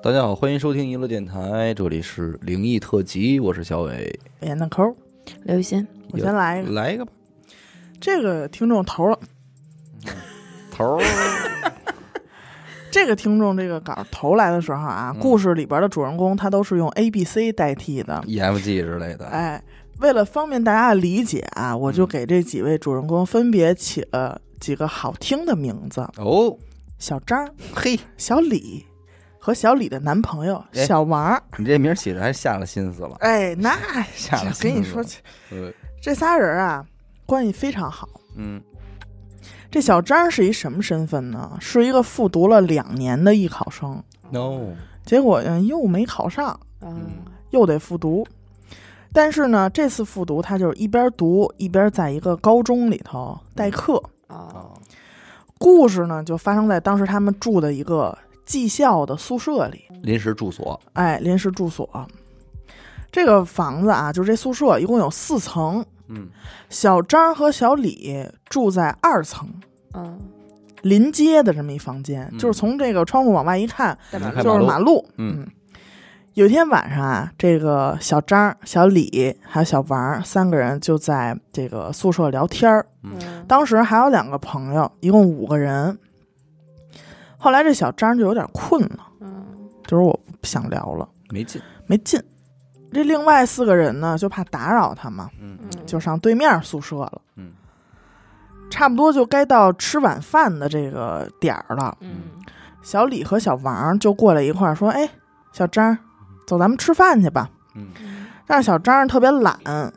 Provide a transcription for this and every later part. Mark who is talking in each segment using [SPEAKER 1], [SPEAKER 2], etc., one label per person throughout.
[SPEAKER 1] 大家好，欢迎收听娱乐电台，这里是灵异特辑，我是小伟，
[SPEAKER 2] 演的哎抠，
[SPEAKER 3] 刘雨欣，
[SPEAKER 2] 我先来一个。
[SPEAKER 1] 来一个吧，
[SPEAKER 2] 这个听众头了，
[SPEAKER 1] 头儿
[SPEAKER 2] 这个听众这个稿投来的时候啊，
[SPEAKER 1] 嗯
[SPEAKER 2] 故事里边的主人公他都是用 A、B、C 代替的。
[SPEAKER 1] EFG 之类的，
[SPEAKER 2] 哎，为了方便大家的理解啊，我
[SPEAKER 1] 嗯
[SPEAKER 2] 就给这几位主人公分别起了几个好听的名字：
[SPEAKER 1] 哦，
[SPEAKER 2] 小张、
[SPEAKER 1] 嘿，
[SPEAKER 2] 小李和小李的男朋友
[SPEAKER 1] 哎
[SPEAKER 2] 小王。
[SPEAKER 1] 你这名儿起的还下了心思了，
[SPEAKER 2] 哎，那
[SPEAKER 1] 下了心思
[SPEAKER 2] 跟你说，
[SPEAKER 1] 呃，
[SPEAKER 2] 这仨人啊，关系非常好。
[SPEAKER 1] 嗯，
[SPEAKER 2] 这小张是一什么身份呢？是一个复读了两年的艺考生。
[SPEAKER 1] no，
[SPEAKER 2] 结果嗯又没考上，
[SPEAKER 3] 嗯，
[SPEAKER 2] 又得复读。但是呢，这次复读他就是一边读一边在一个高中里头代课。
[SPEAKER 3] 哦，
[SPEAKER 1] 嗯哦，
[SPEAKER 2] 故事呢就发生在当时他们住的一个技校的宿舍里，
[SPEAKER 1] 临时住所，
[SPEAKER 2] 哎，临时住所。这个房子啊，就是这宿舍一共有四层，
[SPEAKER 1] 嗯，
[SPEAKER 2] 小张和小李住在二层
[SPEAKER 3] 嗯，
[SPEAKER 2] 临街的这么一房间，
[SPEAKER 1] 嗯
[SPEAKER 2] 就是从这个窗户往外一看，
[SPEAKER 3] 大
[SPEAKER 1] 马路看
[SPEAKER 3] 马路，
[SPEAKER 2] 就是
[SPEAKER 1] 马
[SPEAKER 2] 马路。
[SPEAKER 1] 嗯，
[SPEAKER 2] 有一天晚上啊，这个小张、小李还有小王三个人就在这个宿舍聊天儿。
[SPEAKER 3] 嗯，
[SPEAKER 2] 当时还有两个朋友，一共五个人。后来这小张就有点困了，
[SPEAKER 3] 嗯，
[SPEAKER 2] 就是我不想聊了，
[SPEAKER 1] 没劲，
[SPEAKER 2] 没劲。这另外四个人呢，就怕打扰他嘛，
[SPEAKER 1] 嗯
[SPEAKER 3] 嗯
[SPEAKER 2] 就上对面宿舍了。
[SPEAKER 1] 嗯，
[SPEAKER 2] 差不多就该到吃晚饭的这个点儿了，
[SPEAKER 3] 嗯，
[SPEAKER 2] 小李和小王就过来一块儿说：“哎，小张，走，咱们吃饭去吧。”
[SPEAKER 1] 嗯，
[SPEAKER 2] 但是小张特别懒，
[SPEAKER 1] 嗯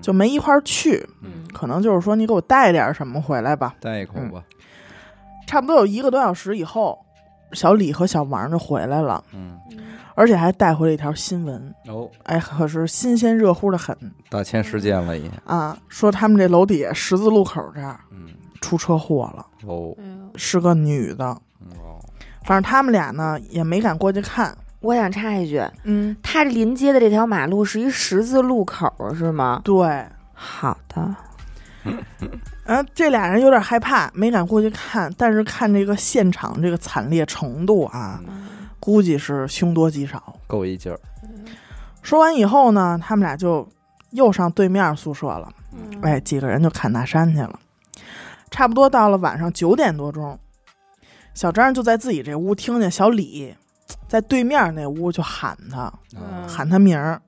[SPEAKER 2] 就没一块儿去。
[SPEAKER 3] 嗯，
[SPEAKER 2] 可能就是说你给我带点儿什么回来吧。
[SPEAKER 1] 带一口吧，
[SPEAKER 2] 差不多有一个多小时以后，小李和小王就回来了，
[SPEAKER 1] 嗯，
[SPEAKER 2] 而且还带回了一条新闻。
[SPEAKER 1] 哦，
[SPEAKER 2] 哎，可是新鲜热乎的很
[SPEAKER 1] 大千世界了也，
[SPEAKER 2] 啊！说他们这楼底下十字路口这儿
[SPEAKER 1] 嗯，
[SPEAKER 2] 出车祸了，
[SPEAKER 1] 哦，
[SPEAKER 3] 嗯，
[SPEAKER 2] 是个女的。
[SPEAKER 1] 哦，
[SPEAKER 2] 反正他们俩呢也没敢过去看。
[SPEAKER 3] 我想插一句，
[SPEAKER 2] 嗯，
[SPEAKER 3] 它这临街的这条马路是一十字路口是吗？
[SPEAKER 2] 对，
[SPEAKER 3] 好的，
[SPEAKER 2] 嗯、这俩人有点害怕，没敢过去看。但是看这个现场这个惨烈程度啊，估计是凶多吉少。
[SPEAKER 1] 够一劲儿，
[SPEAKER 2] 说完以后呢，他们俩就又上对面宿舍了。
[SPEAKER 3] 嗯
[SPEAKER 2] 哎，几个人就砍大山去了。差不多到了晚上九点多钟，小张就在自己这屋听见小李在对面那屋就喊他，
[SPEAKER 1] 啊
[SPEAKER 3] 嗯
[SPEAKER 2] 喊他名儿，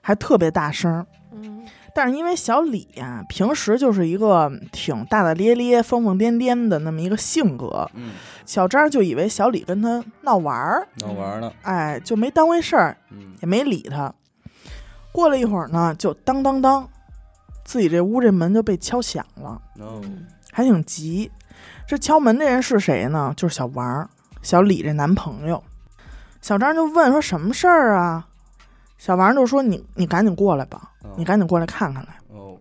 [SPEAKER 2] 还特别大声。
[SPEAKER 3] 嗯，
[SPEAKER 2] 但是因为小李呀、平时就是一个挺大大咧咧、疯疯癫癫的那么一个性格，
[SPEAKER 1] 嗯，
[SPEAKER 2] 小张就以为小李跟他闹玩儿，
[SPEAKER 1] 闹玩儿呢，
[SPEAKER 2] 哎，就没当回事儿，
[SPEAKER 1] 嗯，
[SPEAKER 2] 也没理他。过了一会儿呢，就当当当，自己这屋这门就被敲响了，
[SPEAKER 1] 哦，
[SPEAKER 2] 还挺急。这敲门这人是谁呢？就是小王儿，小李这男朋友。小张就问说什么事儿啊？小王就说你你赶紧过来吧，
[SPEAKER 1] 哦
[SPEAKER 2] 你赶紧过来看看来。
[SPEAKER 1] 哦，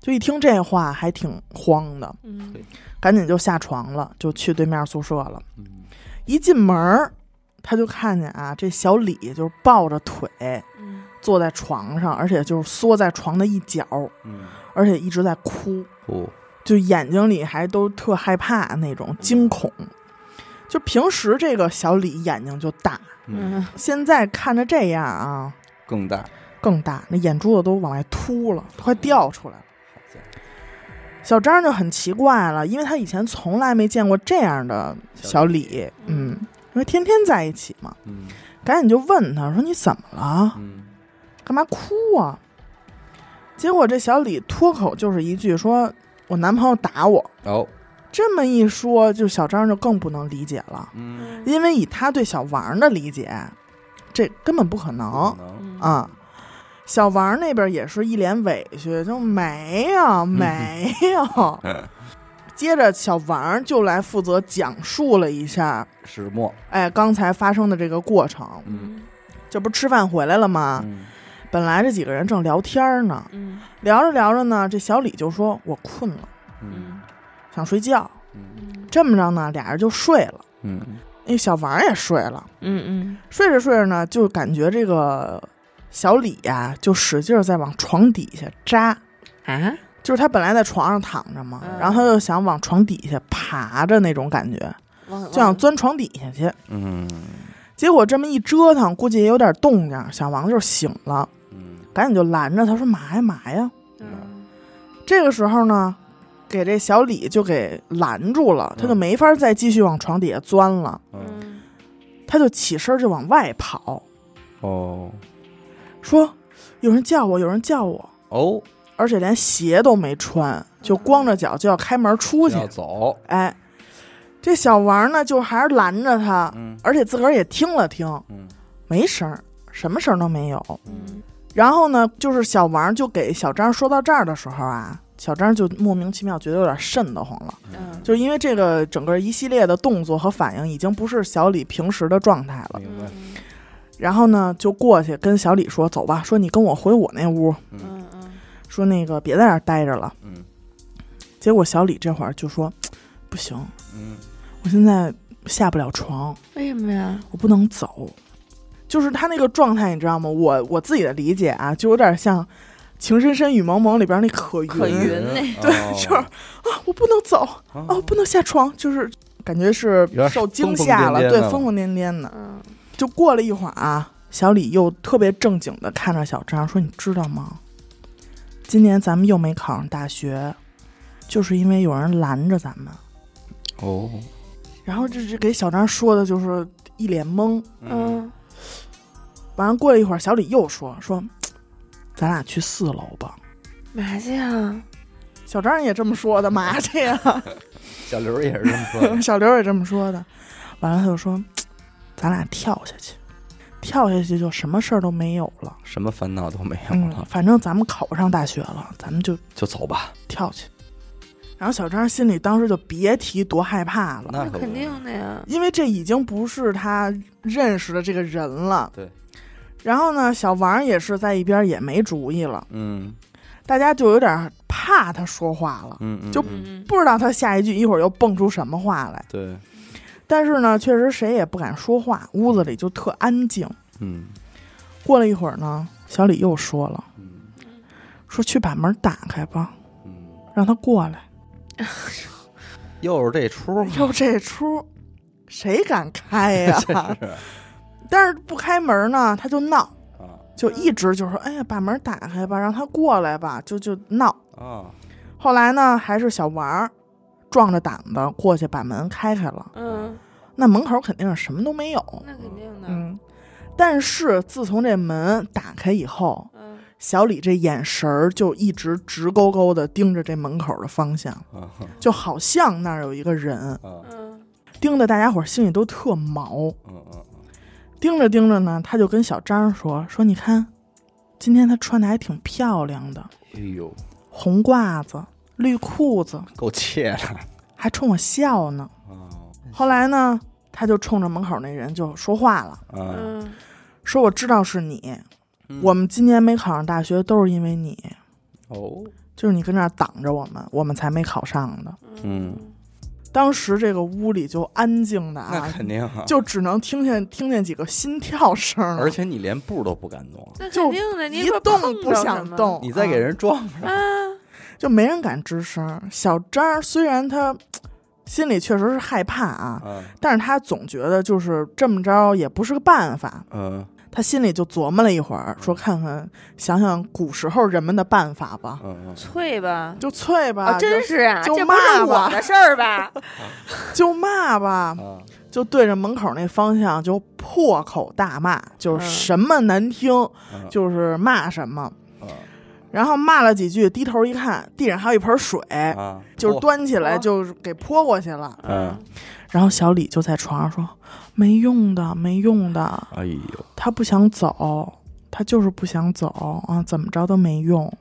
[SPEAKER 2] 就一听这话，还挺慌的，
[SPEAKER 3] 嗯，
[SPEAKER 2] 赶紧就下床了，就去对面宿舍了。
[SPEAKER 1] 嗯，
[SPEAKER 2] 一进门儿，他就看见啊，这小李就是抱着腿，
[SPEAKER 3] 嗯，
[SPEAKER 2] 坐在床上，而且就是缩在床的一角，
[SPEAKER 1] 嗯，
[SPEAKER 2] 而且一直在哭，
[SPEAKER 1] 哦，
[SPEAKER 2] 就眼睛里还都特害怕那种惊恐。就平时这个小李眼睛就大，
[SPEAKER 1] 嗯，
[SPEAKER 3] 嗯，
[SPEAKER 2] 现在看着这样啊
[SPEAKER 1] 更大，
[SPEAKER 2] 更大，那眼珠子都往外凸了，快掉出来了。小张就很奇怪了，因为他以前从来没见过这样的小李，嗯，因为天天在一起嘛，
[SPEAKER 1] 嗯，
[SPEAKER 2] 赶紧就问他说：“你怎么了？”
[SPEAKER 1] 嗯，
[SPEAKER 2] 干嘛哭啊？结果这小李脱口就是一句说：“我男朋友打我。
[SPEAKER 1] 哦，”
[SPEAKER 2] 这么一说，就小张就更不能理解了，
[SPEAKER 1] 嗯，
[SPEAKER 2] 因为以他对小王的理解，这根本不可能
[SPEAKER 1] 能，
[SPEAKER 3] 嗯
[SPEAKER 2] 啊。小王那边也是一脸委屈，就没有没有。接着，小王就来负责讲述了一下，
[SPEAKER 1] 始末，
[SPEAKER 2] 哎，刚才发生的这个过程。
[SPEAKER 3] 嗯，
[SPEAKER 2] 这不吃饭回来了吗？
[SPEAKER 1] 嗯，
[SPEAKER 2] 本来这几个人正聊天儿呢，
[SPEAKER 3] 嗯，
[SPEAKER 2] 聊着聊着呢，这小李就说：“我困了，
[SPEAKER 1] 嗯，
[SPEAKER 2] 想睡觉。
[SPEAKER 1] 嗯，”
[SPEAKER 2] 这么着呢，俩人就睡了。
[SPEAKER 1] 嗯，
[SPEAKER 2] 那小王也睡了，
[SPEAKER 3] 嗯，
[SPEAKER 2] 睡着睡着呢，就感觉这个小李呀、就使劲儿在往床底下扎。
[SPEAKER 3] 啊，
[SPEAKER 2] 就是他本来在床上躺着嘛，
[SPEAKER 3] 嗯
[SPEAKER 2] 然后他就想往床底下爬着那种感觉，
[SPEAKER 3] 往
[SPEAKER 2] 就想钻床底下去。
[SPEAKER 1] 嗯，
[SPEAKER 2] 结果这么一折腾，估计也有点动静，小王就醒了，
[SPEAKER 1] 嗯
[SPEAKER 2] 赶紧就拦着他说：“嘛呀嘛呀
[SPEAKER 3] 嗯！”
[SPEAKER 2] 这个时候呢，给这小李就给拦住了，他就
[SPEAKER 1] 嗯
[SPEAKER 2] 没法再继续往床底下钻了，
[SPEAKER 1] 嗯
[SPEAKER 3] 嗯
[SPEAKER 2] 他就起身就往外跑，
[SPEAKER 1] 哦
[SPEAKER 2] 说：“有人叫我，有人叫我。”
[SPEAKER 1] 哦，
[SPEAKER 2] 而且连鞋都没穿，就光着脚就要开门出去
[SPEAKER 1] 要。走，
[SPEAKER 2] 哎，这小王呢，就还是拦着他，
[SPEAKER 1] 嗯
[SPEAKER 2] 而且自个儿也听了听，
[SPEAKER 1] 嗯
[SPEAKER 2] 没声儿，什么声儿都没有。
[SPEAKER 3] 嗯
[SPEAKER 2] 然后呢，就是小王就给小张说到这儿的时候啊，小张就莫名其妙觉得有点瘆得慌了，
[SPEAKER 3] 嗯，
[SPEAKER 2] 就因为这个整个一系列的动作和反应已经不是小李平时的状态了。
[SPEAKER 1] 明白，
[SPEAKER 3] 嗯
[SPEAKER 2] 然后呢，就过去跟小李说：“走吧，说你跟我回我那屋，
[SPEAKER 3] 嗯嗯
[SPEAKER 2] 说那个别在这儿待着了。
[SPEAKER 1] 嗯”
[SPEAKER 2] 结果小李这会儿就说：“不行，
[SPEAKER 1] 嗯
[SPEAKER 2] 我现在下不了床，
[SPEAKER 3] 为什么呀？
[SPEAKER 2] 我不能走。就是他那个状态，你知道吗？我我自己的理解啊，就有点像《情深深雨蒙蒙》里边那可云，
[SPEAKER 3] 可云
[SPEAKER 2] 对，就是啊， 我不能走啊，我
[SPEAKER 1] 哦
[SPEAKER 2] 不能下床，就是感觉是
[SPEAKER 1] 点
[SPEAKER 2] 受惊
[SPEAKER 1] 疯疯
[SPEAKER 2] 吓了，
[SPEAKER 1] 癫癫
[SPEAKER 2] 对，
[SPEAKER 1] 的
[SPEAKER 2] 疯疯癫癫的。
[SPEAKER 3] 嗯
[SPEAKER 2] 就过了一会儿啊，小李又特别正经的看着小张说：“你知道吗？今年咱们又没考上大学，就是因为有人拦着咱们。”
[SPEAKER 1] 哦，
[SPEAKER 2] 然后这是给小张说的，就是一脸懵。
[SPEAKER 3] 嗯
[SPEAKER 2] 完了，过了一会儿，小李又说说，咱俩去四楼吧。
[SPEAKER 3] 嘛去呀？
[SPEAKER 2] 小张也这么说的， 嘛去呀？，
[SPEAKER 1] 小刘也是这么说的
[SPEAKER 2] 小刘也这么说的。完了，他就说，咱俩跳下去，跳下去就什么事儿都没有了。
[SPEAKER 1] 什么烦恼都没有
[SPEAKER 2] 嗯
[SPEAKER 1] 了，，
[SPEAKER 2] 反正咱们考不上大学了，咱们就
[SPEAKER 1] 就走吧，
[SPEAKER 2] 跳去。然后小张心里当时就别提多害怕了，
[SPEAKER 1] 那可不
[SPEAKER 3] 肯定的呀。
[SPEAKER 2] 因为这已经不是他认识的这个人了。
[SPEAKER 1] 对。
[SPEAKER 2] 然后呢，小王也是在一边也没主意了，
[SPEAKER 1] 嗯
[SPEAKER 2] 大家就有点怕他说话了，
[SPEAKER 1] 嗯嗯，
[SPEAKER 2] 就
[SPEAKER 1] 嗯
[SPEAKER 2] 不知道他下一句一会儿又蹦出什么话来。
[SPEAKER 1] 对，
[SPEAKER 2] 但是呢，确实谁也不敢说话，屋子里就特安静。
[SPEAKER 1] 嗯
[SPEAKER 2] 过了一会儿呢，小李又说了
[SPEAKER 1] 嗯：“
[SPEAKER 2] 说去把门打开吧，
[SPEAKER 1] 嗯，
[SPEAKER 2] 让他过来。
[SPEAKER 1] 又是这出”嘛，
[SPEAKER 2] 就这出，谁敢开呀、
[SPEAKER 1] 是
[SPEAKER 2] 但是不开门呢，他就闹，
[SPEAKER 1] 啊
[SPEAKER 2] 就一直就说：“哎呀，把门打开吧，让他过来吧。就”就闹。
[SPEAKER 1] 啊，
[SPEAKER 2] 后来呢，还是小王儿壮着胆子过去把门开开了。
[SPEAKER 3] 嗯，
[SPEAKER 2] 那门口肯定是什么都没有。
[SPEAKER 3] 那肯定的。
[SPEAKER 2] 嗯，但是自从这门打开以后，
[SPEAKER 3] 嗯
[SPEAKER 2] 小李这眼神儿就一直直勾勾的盯着这门口的方向，
[SPEAKER 1] 啊
[SPEAKER 2] 就好像那儿有一个人，
[SPEAKER 1] 啊
[SPEAKER 3] 嗯
[SPEAKER 2] 盯得大家伙儿心里都特毛。
[SPEAKER 1] 嗯嗯，
[SPEAKER 2] 盯着盯着呢，他就跟小张说：“说你看，今天她穿的还挺漂亮的，
[SPEAKER 1] 哎呦，
[SPEAKER 2] 红褂子、绿裤子，
[SPEAKER 1] 够怯的
[SPEAKER 2] 还冲我笑呢。”
[SPEAKER 1] 啊
[SPEAKER 2] 后来呢，他就冲着门口那人就说话了，
[SPEAKER 1] 啊，
[SPEAKER 3] 嗯
[SPEAKER 2] 说：“我知道是你，
[SPEAKER 1] 嗯
[SPEAKER 2] 我们今年没考上大学都是因为你，
[SPEAKER 1] 哦，
[SPEAKER 2] 就是你跟那儿挡着我们，我们才没考上的。
[SPEAKER 1] 嗯，
[SPEAKER 2] 当时这个屋里就安静的
[SPEAKER 1] 那
[SPEAKER 2] 啊，
[SPEAKER 1] 肯定啊，
[SPEAKER 2] 就只能听见听见几个心跳声了，
[SPEAKER 1] 而且你连步都不敢动，
[SPEAKER 3] 那
[SPEAKER 2] 就
[SPEAKER 3] 肯定的，你
[SPEAKER 2] 一
[SPEAKER 3] 可
[SPEAKER 2] 动
[SPEAKER 3] 碰
[SPEAKER 2] 不
[SPEAKER 3] 着
[SPEAKER 2] 想
[SPEAKER 3] 什么
[SPEAKER 2] 动
[SPEAKER 1] 你再给人撞上，
[SPEAKER 3] 啊。
[SPEAKER 2] 就没人敢吱声。小张虽然他心里确实是害怕啊，
[SPEAKER 1] 啊
[SPEAKER 2] 但是他总觉得就是这么着也不是个办法，
[SPEAKER 1] 嗯
[SPEAKER 2] 他心里就琢磨了一会儿，
[SPEAKER 3] 嗯
[SPEAKER 2] 说看看想想古时候人们的办法吧，
[SPEAKER 1] 嗯
[SPEAKER 3] 脆吧？
[SPEAKER 2] 就啐吧，
[SPEAKER 3] 啊，真是啊，
[SPEAKER 2] 就
[SPEAKER 3] 这不是
[SPEAKER 2] 骂吧
[SPEAKER 3] 我的事儿吧？
[SPEAKER 2] 就就骂吧
[SPEAKER 1] 嗯，啊，
[SPEAKER 2] 就对着门口那方向就破口大骂，就是什么难听、
[SPEAKER 1] 嗯
[SPEAKER 2] 就是骂什么。
[SPEAKER 1] 啊
[SPEAKER 2] 然后骂了几句，低头一看，地上还有一盆水，
[SPEAKER 1] 啊，
[SPEAKER 2] 就是
[SPEAKER 1] 哦
[SPEAKER 2] 端起来
[SPEAKER 3] 哦
[SPEAKER 2] 就是给泼过去了。
[SPEAKER 1] 嗯
[SPEAKER 2] 然后小李就在床上说：“没用的，没用的，
[SPEAKER 1] 哎呦，
[SPEAKER 2] 他不想走，他就是不想走啊，怎么着都没用，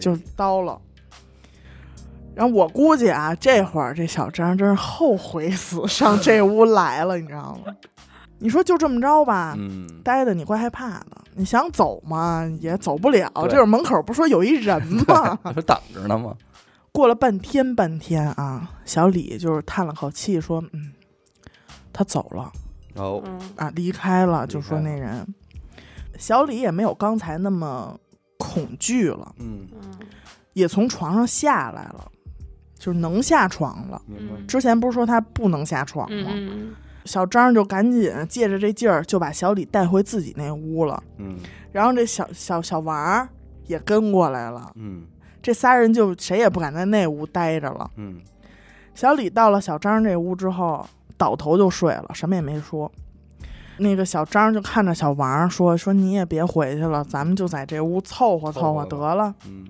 [SPEAKER 2] 就叨了。”然后我估计啊，这会儿这小张真是后悔死 上这屋来了，你知道吗？你说就这么着吧，
[SPEAKER 1] 嗯，
[SPEAKER 2] 待的你怪害怕的，你想走嘛也走不了，
[SPEAKER 1] 对
[SPEAKER 2] 这会儿门口不是说有一 人吗？
[SPEAKER 1] 不挡着呢吗？
[SPEAKER 2] 过了半天半天啊，小李就是叹了口气说：“嗯，他走了
[SPEAKER 1] 哦，
[SPEAKER 3] 嗯
[SPEAKER 2] 啊，离开了。”
[SPEAKER 1] 离开
[SPEAKER 2] 就说那人，小李也没有刚才那么恐惧了，
[SPEAKER 1] 嗯，
[SPEAKER 3] 嗯
[SPEAKER 2] 也从床上下来了，就是能下床了。
[SPEAKER 1] 明白，
[SPEAKER 2] 之前不是说他不能下床吗？
[SPEAKER 3] 嗯
[SPEAKER 2] 小张就赶紧借着这劲儿就把小李带回自己那屋了，
[SPEAKER 1] 嗯
[SPEAKER 2] 然后这小小小王儿也跟过来了，
[SPEAKER 1] 嗯
[SPEAKER 2] 这仨人就谁也不敢在那屋待着了。
[SPEAKER 1] 嗯
[SPEAKER 2] 小李到了小张这屋之后，倒头就睡了，什么也没说。那个小张就看着小王说：“说你也别回去了，咱们就在这屋凑合凑合
[SPEAKER 1] 凑合
[SPEAKER 2] 得了。
[SPEAKER 1] 嗯，”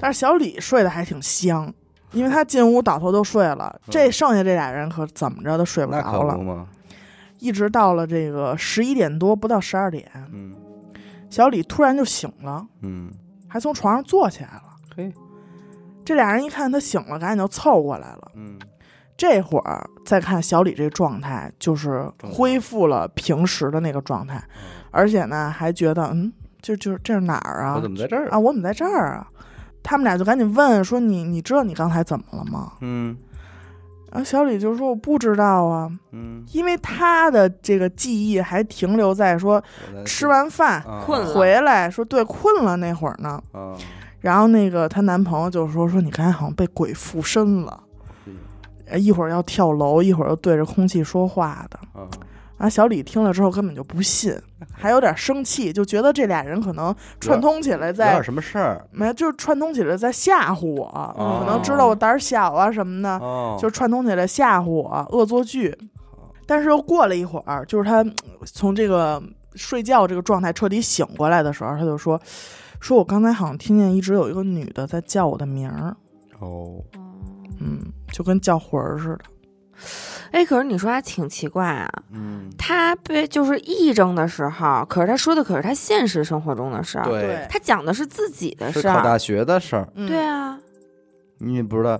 [SPEAKER 2] 但是小李睡得还挺香，因为他进屋倒头就睡了。
[SPEAKER 1] 嗯
[SPEAKER 2] 这剩下这俩人可怎么着都睡不
[SPEAKER 1] 那
[SPEAKER 2] 着
[SPEAKER 1] 可
[SPEAKER 2] 了
[SPEAKER 1] 不，嘛，
[SPEAKER 2] 一直到了这个十一点多，不到十二点，
[SPEAKER 1] 嗯
[SPEAKER 2] 小李突然就醒了，
[SPEAKER 1] 嗯，
[SPEAKER 2] 还从床上坐起来了。
[SPEAKER 1] 嘿，
[SPEAKER 2] 这俩人一看他醒了，赶紧就凑过来了。
[SPEAKER 1] 嗯
[SPEAKER 2] 这会儿再看小李这状态，就是恢复了平时的那个状态，而且呢还觉得嗯，这就是这是哪儿啊
[SPEAKER 1] 嗯我？怎么在这儿？
[SPEAKER 2] 啊，我怎么在这儿啊？他们俩就赶紧问说你你知道你刚才怎么了吗？
[SPEAKER 1] 嗯
[SPEAKER 2] 然后小李就说我不知道啊，
[SPEAKER 1] 嗯，
[SPEAKER 2] 因为他的这个记忆还停留在说
[SPEAKER 1] 我在
[SPEAKER 2] 吃完饭
[SPEAKER 1] 呃啊
[SPEAKER 3] 困了
[SPEAKER 2] 回来说对困了那会儿呢。
[SPEAKER 1] 啊，
[SPEAKER 2] 然后那个她男朋友就说说你刚才好像被鬼附身了，
[SPEAKER 1] 嗯
[SPEAKER 2] 呃一会儿要跳楼，一会儿又对着空气说话的。
[SPEAKER 1] 啊，
[SPEAKER 2] 啊，小李听了之后根本就不信，还有点生气，就觉得这俩人可能串通起来
[SPEAKER 1] 有点
[SPEAKER 2] 在，
[SPEAKER 1] 什么事儿
[SPEAKER 2] 没有就是串通起来在吓唬我，
[SPEAKER 1] 哦
[SPEAKER 2] 可能知道我胆儿小啊什么的，
[SPEAKER 1] 哦，
[SPEAKER 2] 就串通起来吓唬我，恶作剧。但是又过了一会儿，就是他嗯从这个睡觉这个状态彻底醒过来的时候，他就说：“说我刚才好像听见一直有一个女的在叫我的名儿，
[SPEAKER 1] 哦，
[SPEAKER 2] 嗯，就跟叫魂儿似的。
[SPEAKER 3] 哎，可是你说还挺奇怪啊。
[SPEAKER 1] 嗯，
[SPEAKER 3] 他被就是癔症的时候，可是他说的可是他现实生活中的事儿，
[SPEAKER 1] 对，
[SPEAKER 3] 他讲的是自己的
[SPEAKER 1] 是
[SPEAKER 3] 事
[SPEAKER 1] 考
[SPEAKER 3] 儿。
[SPEAKER 1] 大学的事儿，
[SPEAKER 2] 嗯
[SPEAKER 3] 对啊，
[SPEAKER 1] 你也不知道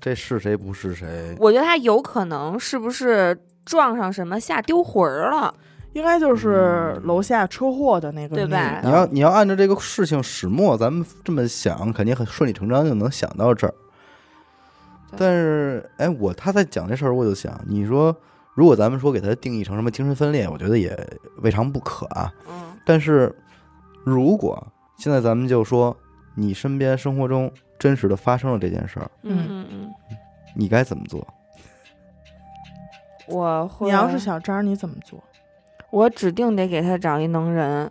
[SPEAKER 1] 这是谁不是谁，
[SPEAKER 3] 我觉得他有可能是不是撞上什么吓丢魂儿了？
[SPEAKER 2] 应该就是楼下车祸的那个
[SPEAKER 3] 对
[SPEAKER 2] 女
[SPEAKER 3] 吧
[SPEAKER 2] 的
[SPEAKER 1] 你要你要按照这个事情始末，咱们这么想，肯定很顺理成章就能想到这儿。
[SPEAKER 3] 对
[SPEAKER 1] 但是，哎，我他在讲这事儿，我就想，你说如果咱们说给他定义成什么精神分裂，我觉得也未尝不可啊。
[SPEAKER 3] 嗯
[SPEAKER 1] 但是，如果现在咱们就说你身边生活中真实的发生了这件事儿，
[SPEAKER 3] 嗯嗯嗯，
[SPEAKER 1] 你该怎么做？
[SPEAKER 3] 我会。
[SPEAKER 2] 你要是小张，你怎么做？
[SPEAKER 3] 我指定得给他找一能人，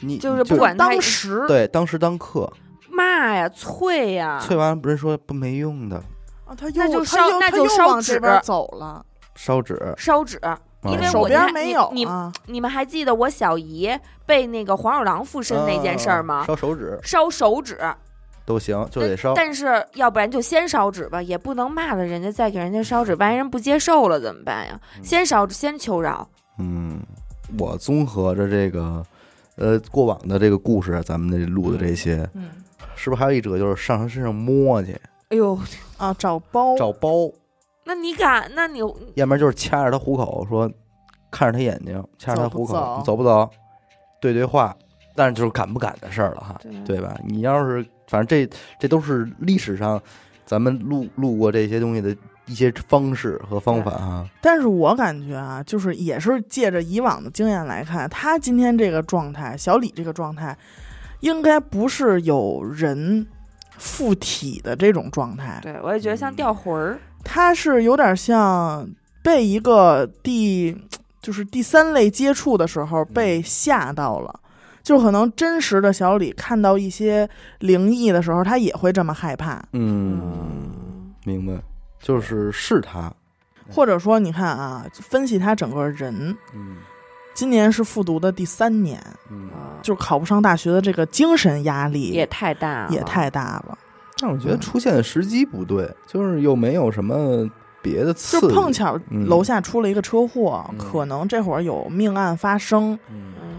[SPEAKER 1] 你
[SPEAKER 3] 就是不管他
[SPEAKER 2] 当时
[SPEAKER 1] 嗯对当时当刻，
[SPEAKER 3] 骂呀、啐呀，
[SPEAKER 1] 催完人说不没用的，
[SPEAKER 2] 啊，他
[SPEAKER 3] 那
[SPEAKER 2] 又
[SPEAKER 3] 就
[SPEAKER 2] 他
[SPEAKER 3] 烧
[SPEAKER 2] 又
[SPEAKER 3] 那
[SPEAKER 2] 他
[SPEAKER 3] 就
[SPEAKER 2] 又
[SPEAKER 3] 烧
[SPEAKER 2] 往
[SPEAKER 3] 纸
[SPEAKER 2] 这边走了，
[SPEAKER 1] 烧纸，
[SPEAKER 3] 烧纸。因为
[SPEAKER 1] 啊
[SPEAKER 2] 手
[SPEAKER 3] 我
[SPEAKER 2] 边
[SPEAKER 3] 看
[SPEAKER 2] 没
[SPEAKER 3] 你
[SPEAKER 2] 有
[SPEAKER 3] 你
[SPEAKER 2] 啊。
[SPEAKER 3] 你们还记得我小姨被那个黄鼠狼附身那件事儿吗？
[SPEAKER 1] 啊烧手指
[SPEAKER 3] 烧手指，
[SPEAKER 1] 都行，就得烧。
[SPEAKER 3] 但是要不然就先烧纸吧，也不能骂了人家再给人家烧纸，万一人不接受了怎么办呀？
[SPEAKER 1] 嗯
[SPEAKER 3] 先烧，先求饶。
[SPEAKER 1] 嗯，我综合着这个，呃，过往的这个故事，咱们这录的这些，
[SPEAKER 2] 嗯
[SPEAKER 1] 是不是还有一者就是上他身上摸去
[SPEAKER 3] 哎呦，
[SPEAKER 2] 啊，找包
[SPEAKER 1] 找包，
[SPEAKER 3] 那你敢？那你
[SPEAKER 1] 要不然就是掐着他虎口说，看着他眼睛，掐着他虎口，
[SPEAKER 2] 走不走
[SPEAKER 1] 你走不走？对对话，但是就是敢不敢的事儿了哈，
[SPEAKER 3] 对
[SPEAKER 1] 对吧？你要是反正这这都是历史上咱们录录过这些东西的一些方式和方法哈，
[SPEAKER 2] 但是我感觉啊，就是也是借着以往的经验来看，他今天这个状态，小李这个状态，应该不是有人附体的这种状态，
[SPEAKER 3] 对我也觉得像掉魂儿，
[SPEAKER 2] 他是有点像被一个第就是第三类接触的时候被吓到了。就可能真实的小李看到一些灵异的时候，他也会这么害怕，
[SPEAKER 1] 嗯，明白，就是是他，
[SPEAKER 2] 或者说，你看啊，分析他整个人，
[SPEAKER 1] 嗯
[SPEAKER 2] 今年是复读的第三年，
[SPEAKER 1] 嗯。
[SPEAKER 2] 就是考不上大学的这个精神压力
[SPEAKER 3] 也太大了，
[SPEAKER 2] 也太大了，
[SPEAKER 1] 但我觉得出现的时机不对，就是又没有什么别的刺
[SPEAKER 2] 就
[SPEAKER 1] 激，
[SPEAKER 2] 碰巧
[SPEAKER 1] 嗯
[SPEAKER 2] 楼下出了一个车祸，
[SPEAKER 1] 嗯
[SPEAKER 2] 可能这会儿有命案发生，
[SPEAKER 1] 嗯
[SPEAKER 3] 嗯。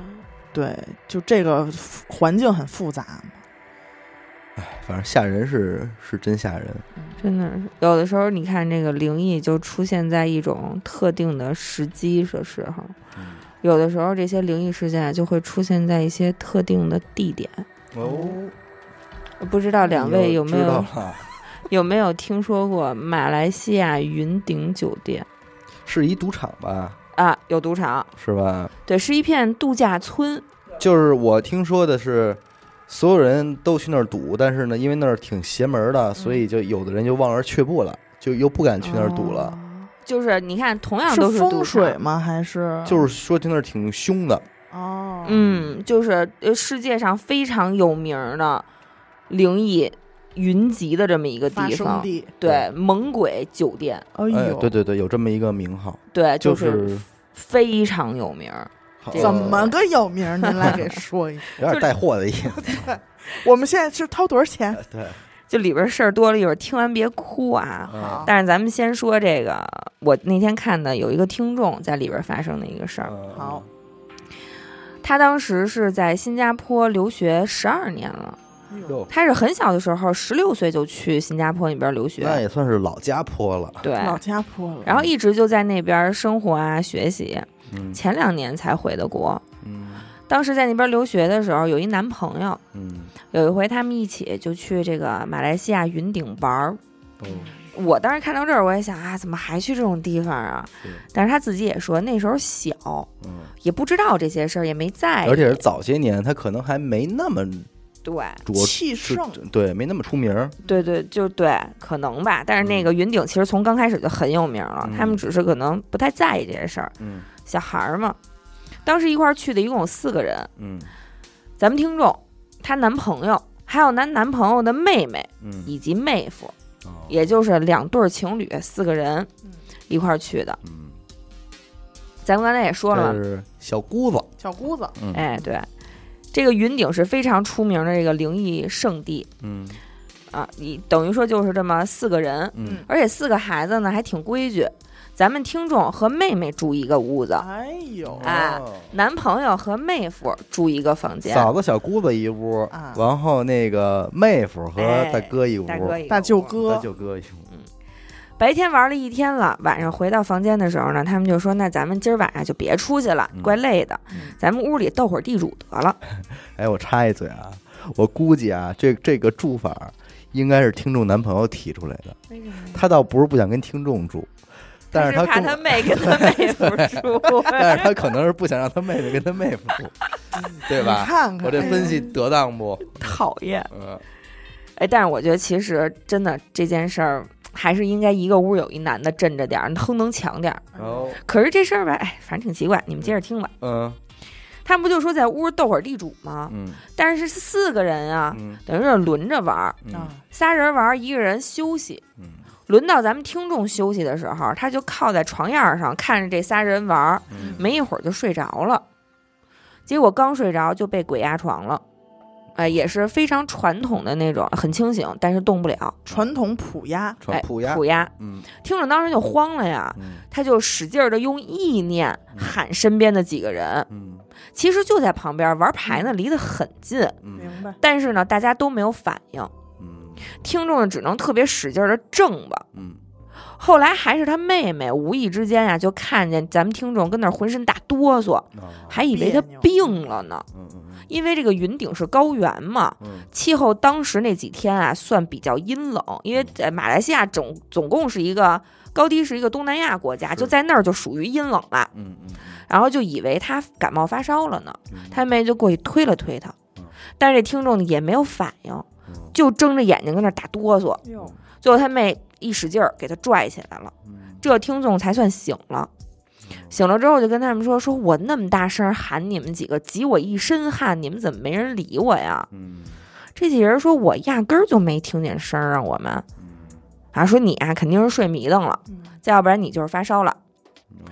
[SPEAKER 2] 对，就这个环境很复杂。
[SPEAKER 1] 反正吓人是是真吓人。
[SPEAKER 3] 真的是，有的时候你看这个灵异就出现在一种特定的时机的时候，
[SPEAKER 1] 嗯
[SPEAKER 3] 有的时候这些灵异事件啊就会出现在一些特定的地点。
[SPEAKER 1] 哦，
[SPEAKER 3] 不知
[SPEAKER 2] 啊
[SPEAKER 3] 道两位有
[SPEAKER 1] 嗯
[SPEAKER 3] 没
[SPEAKER 1] 知道
[SPEAKER 3] 有
[SPEAKER 1] 了？
[SPEAKER 3] 有没有听说过马来西亚云顶酒店
[SPEAKER 1] 是一赌场吧？
[SPEAKER 3] 啊？有赌场，
[SPEAKER 1] 是吧？
[SPEAKER 3] 对，是一片度假村。
[SPEAKER 1] 就是我听说的是，所有人都去那儿赌，但是呢，
[SPEAKER 2] 嗯
[SPEAKER 1] 因为那儿挺邪门儿的，所以就有的人就望而却步了，就又不敢去那儿赌了。
[SPEAKER 3] 哦就是你看，同样
[SPEAKER 2] 是
[SPEAKER 3] 都赌
[SPEAKER 2] 风
[SPEAKER 3] 场嗯
[SPEAKER 2] 水吗？还是
[SPEAKER 1] 就是说听那儿挺凶的，
[SPEAKER 2] 哦，，
[SPEAKER 3] 嗯，就是呃世界上非常有名儿的灵异云集的这么一个
[SPEAKER 2] 发
[SPEAKER 3] 地
[SPEAKER 2] 生
[SPEAKER 3] 方，
[SPEAKER 2] 地，
[SPEAKER 3] 对，猛鬼酒店，
[SPEAKER 2] 哎
[SPEAKER 1] 哎
[SPEAKER 2] 呦，，
[SPEAKER 1] 对对对，有这么一个名号，
[SPEAKER 3] 对，
[SPEAKER 1] 就是是
[SPEAKER 3] 非常有名儿。
[SPEAKER 1] 好呃
[SPEAKER 3] 这
[SPEAKER 2] 怎么个有名儿？您来给 说一下。
[SPEAKER 1] 有点带货的意思？
[SPEAKER 2] 我们现在是掏多少钱？
[SPEAKER 1] 对，
[SPEAKER 3] 就里边事儿多了，一会儿听完别哭啊。
[SPEAKER 1] 嗯
[SPEAKER 3] 但是咱们先说这个，我那天看的有一个听众在里边发生的一个事儿，
[SPEAKER 1] 嗯
[SPEAKER 2] 好
[SPEAKER 3] 他当时是在新加坡留学十二年了，
[SPEAKER 2] 哎呦
[SPEAKER 1] 嗯哟，
[SPEAKER 3] 他是很小的时候，十六岁就去新加坡那边留
[SPEAKER 1] 那
[SPEAKER 3] 学，
[SPEAKER 1] 也算是老家坡了，
[SPEAKER 3] 对，
[SPEAKER 2] 哎老家破了，
[SPEAKER 3] 然后一直就在那边生活啊学习，
[SPEAKER 1] 嗯
[SPEAKER 3] 前两年才回的国。
[SPEAKER 1] 嗯
[SPEAKER 3] 当时在那边留学的时候，有一男朋友，
[SPEAKER 1] 嗯，
[SPEAKER 3] 有一回他们一起就去这个马来西亚云顶玩儿，
[SPEAKER 1] 哦
[SPEAKER 3] 嗯我当时看到这儿，我也想啊，怎么还去这种地方啊
[SPEAKER 1] 是？
[SPEAKER 3] 但是他自己也说，那时候小，
[SPEAKER 1] 嗯，
[SPEAKER 3] 也不知道这些事儿，也没在意。
[SPEAKER 1] 而且是早些年，他可能还没那么
[SPEAKER 3] 对
[SPEAKER 1] 着，
[SPEAKER 2] 气
[SPEAKER 1] 是
[SPEAKER 2] 盛，
[SPEAKER 1] 对，没那么出名儿，
[SPEAKER 3] 对对，就对，可能吧。但是那个云顶其实从刚开始就很有名了，
[SPEAKER 1] 嗯
[SPEAKER 3] 他们只是可能不太在意这些事儿，
[SPEAKER 1] 嗯
[SPEAKER 3] 小孩儿嘛。当时一块儿去的一共有四个人，
[SPEAKER 1] 嗯
[SPEAKER 3] 咱们听众，她男朋友，还有她男朋友的妹妹
[SPEAKER 1] 嗯，
[SPEAKER 3] 以及妹夫，
[SPEAKER 1] 哦
[SPEAKER 3] 也就是两对儿情侣，四个人
[SPEAKER 2] 嗯
[SPEAKER 3] 一块儿去的。
[SPEAKER 1] 嗯，
[SPEAKER 3] 咱们刚才也说了嘛
[SPEAKER 1] 这，是小姑子，
[SPEAKER 2] 小姑子，
[SPEAKER 1] 嗯
[SPEAKER 3] 哎，对，这个云顶是非常出名的这个灵异圣地
[SPEAKER 1] 嗯
[SPEAKER 3] 啊，你等于说就是这么四个人，
[SPEAKER 1] 嗯
[SPEAKER 3] 而且四个孩子呢还挺规矩，咱们听众和妹妹住一个屋子，
[SPEAKER 2] 哎呦，
[SPEAKER 3] 哎
[SPEAKER 1] 哦
[SPEAKER 3] 男朋友和妹夫住一个房间，
[SPEAKER 1] 嫂子小姑子一屋，
[SPEAKER 2] 啊
[SPEAKER 1] 然后那个妹夫和大哥一屋，
[SPEAKER 3] 哎大哥一个
[SPEAKER 2] 大舅
[SPEAKER 3] 屋。
[SPEAKER 1] 大
[SPEAKER 2] 哥，
[SPEAKER 1] 舅哥一屋，
[SPEAKER 3] 白天玩了一天了，晚上回到房间的时候呢，他们就说：“那咱们今儿晚上就别出去了，
[SPEAKER 1] 嗯
[SPEAKER 3] 怪累的，
[SPEAKER 2] 嗯
[SPEAKER 3] 咱们屋里斗会儿地主得了。
[SPEAKER 1] 哎，我插一嘴啊，我估计啊，这这个住法应该是听众男朋友提出来的，”他倒不是不想跟听众住，但
[SPEAKER 3] 是怕
[SPEAKER 1] 跟
[SPEAKER 3] 他
[SPEAKER 1] 我。
[SPEAKER 3] 妹跟他妹 夫住，
[SPEAKER 1] 但是他可能是不想让他妹妹跟他妹夫住，对
[SPEAKER 2] 你
[SPEAKER 1] 吧？
[SPEAKER 2] 看看
[SPEAKER 1] 我这分析得当不？
[SPEAKER 3] 讨厌。
[SPEAKER 1] 嗯，
[SPEAKER 3] 哎，但是我觉得其实真的这件事儿，还是应该一个屋有一男的镇着点儿，哼能强点儿。
[SPEAKER 1] 然后
[SPEAKER 3] 可是这事儿吧，哎，反正挺奇怪，你们接着听吧。
[SPEAKER 1] 嗯
[SPEAKER 3] 他们不就说在屋斗会儿地主吗？
[SPEAKER 1] 嗯
[SPEAKER 3] 但是是四个人啊，
[SPEAKER 1] 嗯
[SPEAKER 3] 等于是轮着玩儿，
[SPEAKER 1] 嗯
[SPEAKER 2] 啊，
[SPEAKER 3] 仨人玩儿，一个人休息。
[SPEAKER 1] 嗯
[SPEAKER 3] 轮到咱们听众休息的时候，他就靠在床沿儿上看着这仨人玩儿，
[SPEAKER 1] 嗯，
[SPEAKER 3] 没一会儿就睡着了。结果刚睡着就被鬼压床了，哎，也是非常传统的那种，很清醒，但是动不了。
[SPEAKER 2] 传统普鸭，
[SPEAKER 1] 传普鸭，
[SPEAKER 3] 虎压，
[SPEAKER 1] 嗯
[SPEAKER 3] 听着当时就慌了呀，
[SPEAKER 1] 嗯
[SPEAKER 3] 他就使劲的用意念
[SPEAKER 1] 嗯
[SPEAKER 3] 喊身边的几个人，
[SPEAKER 1] 嗯
[SPEAKER 3] 其实就在旁边玩牌呢，离得很近，
[SPEAKER 1] 嗯
[SPEAKER 2] 明白？
[SPEAKER 3] 但是呢，大家都没有反应，
[SPEAKER 1] 嗯
[SPEAKER 3] 听众呢只能特别使劲的挣吧。
[SPEAKER 1] 嗯，
[SPEAKER 3] 后来还是他妹妹无意之间呀、就看见咱们听众跟那儿浑身打哆嗦，
[SPEAKER 1] 哦
[SPEAKER 3] 还以为他
[SPEAKER 2] 别扭
[SPEAKER 3] 病了呢，
[SPEAKER 1] 嗯嗯
[SPEAKER 3] 因为这个云顶是高原嘛。
[SPEAKER 1] 嗯
[SPEAKER 3] 气候当时那几天啊，算比较阴冷，因为在马来西亚总总共是一个高低是一个东南亚国家，
[SPEAKER 1] 是
[SPEAKER 3] 就在那儿就属于阴冷了。
[SPEAKER 1] 嗯嗯
[SPEAKER 3] 然后就以为他感冒发烧了呢，
[SPEAKER 1] 嗯，
[SPEAKER 3] 他妹就过去推了推他
[SPEAKER 1] 嗯，
[SPEAKER 3] 但是这听众也没有反应，
[SPEAKER 1] 嗯
[SPEAKER 3] 就睁着眼睛跟那儿打哆嗦。
[SPEAKER 2] 哟，
[SPEAKER 3] 最后他妹一使劲儿给他拽起来了，
[SPEAKER 1] 嗯
[SPEAKER 3] 这听众才算醒了。醒了之后就跟他们说：“说我那么大声喊你们几个，挤我一身汗，你们怎么没人理我呀？”
[SPEAKER 1] 嗯
[SPEAKER 3] 这几人说：“我压根儿就没听见声儿啊，我们
[SPEAKER 1] 嗯
[SPEAKER 3] 啊，说你啊肯定是睡迷瞪了，
[SPEAKER 2] 嗯
[SPEAKER 3] 再要不然你就是发烧了。”
[SPEAKER 1] 哦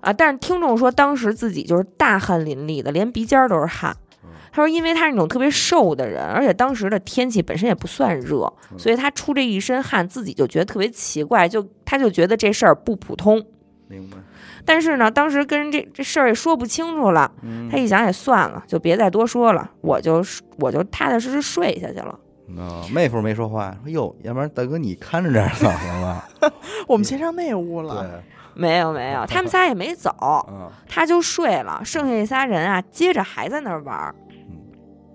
[SPEAKER 3] 啊，但是听众说当时自己就是大汗淋漓的，连鼻尖儿都是汗
[SPEAKER 1] 嗯。
[SPEAKER 3] 他说，因为他是那种特别瘦的人，而且当时的天气本身也不算热，
[SPEAKER 1] 嗯
[SPEAKER 3] 所以他出这一身汗，自己就觉得特别奇怪，就他就觉得这事儿不普通。
[SPEAKER 1] 明白，
[SPEAKER 3] 但是呢，当时跟人这这事儿也说不清楚了，
[SPEAKER 1] 嗯
[SPEAKER 3] 他一想也哎算了，就别再多说了，我就我就踏踏实实睡下去了。
[SPEAKER 1] 哦妹夫没说话，说哟，要不然大哥你看着点儿嫂子吧，
[SPEAKER 2] 我们先上那屋了，
[SPEAKER 1] 对，
[SPEAKER 3] 没有没有，他们仨也没走，
[SPEAKER 1] 嗯，
[SPEAKER 3] 他就睡了，剩下这仨人啊，接着还在那儿玩儿。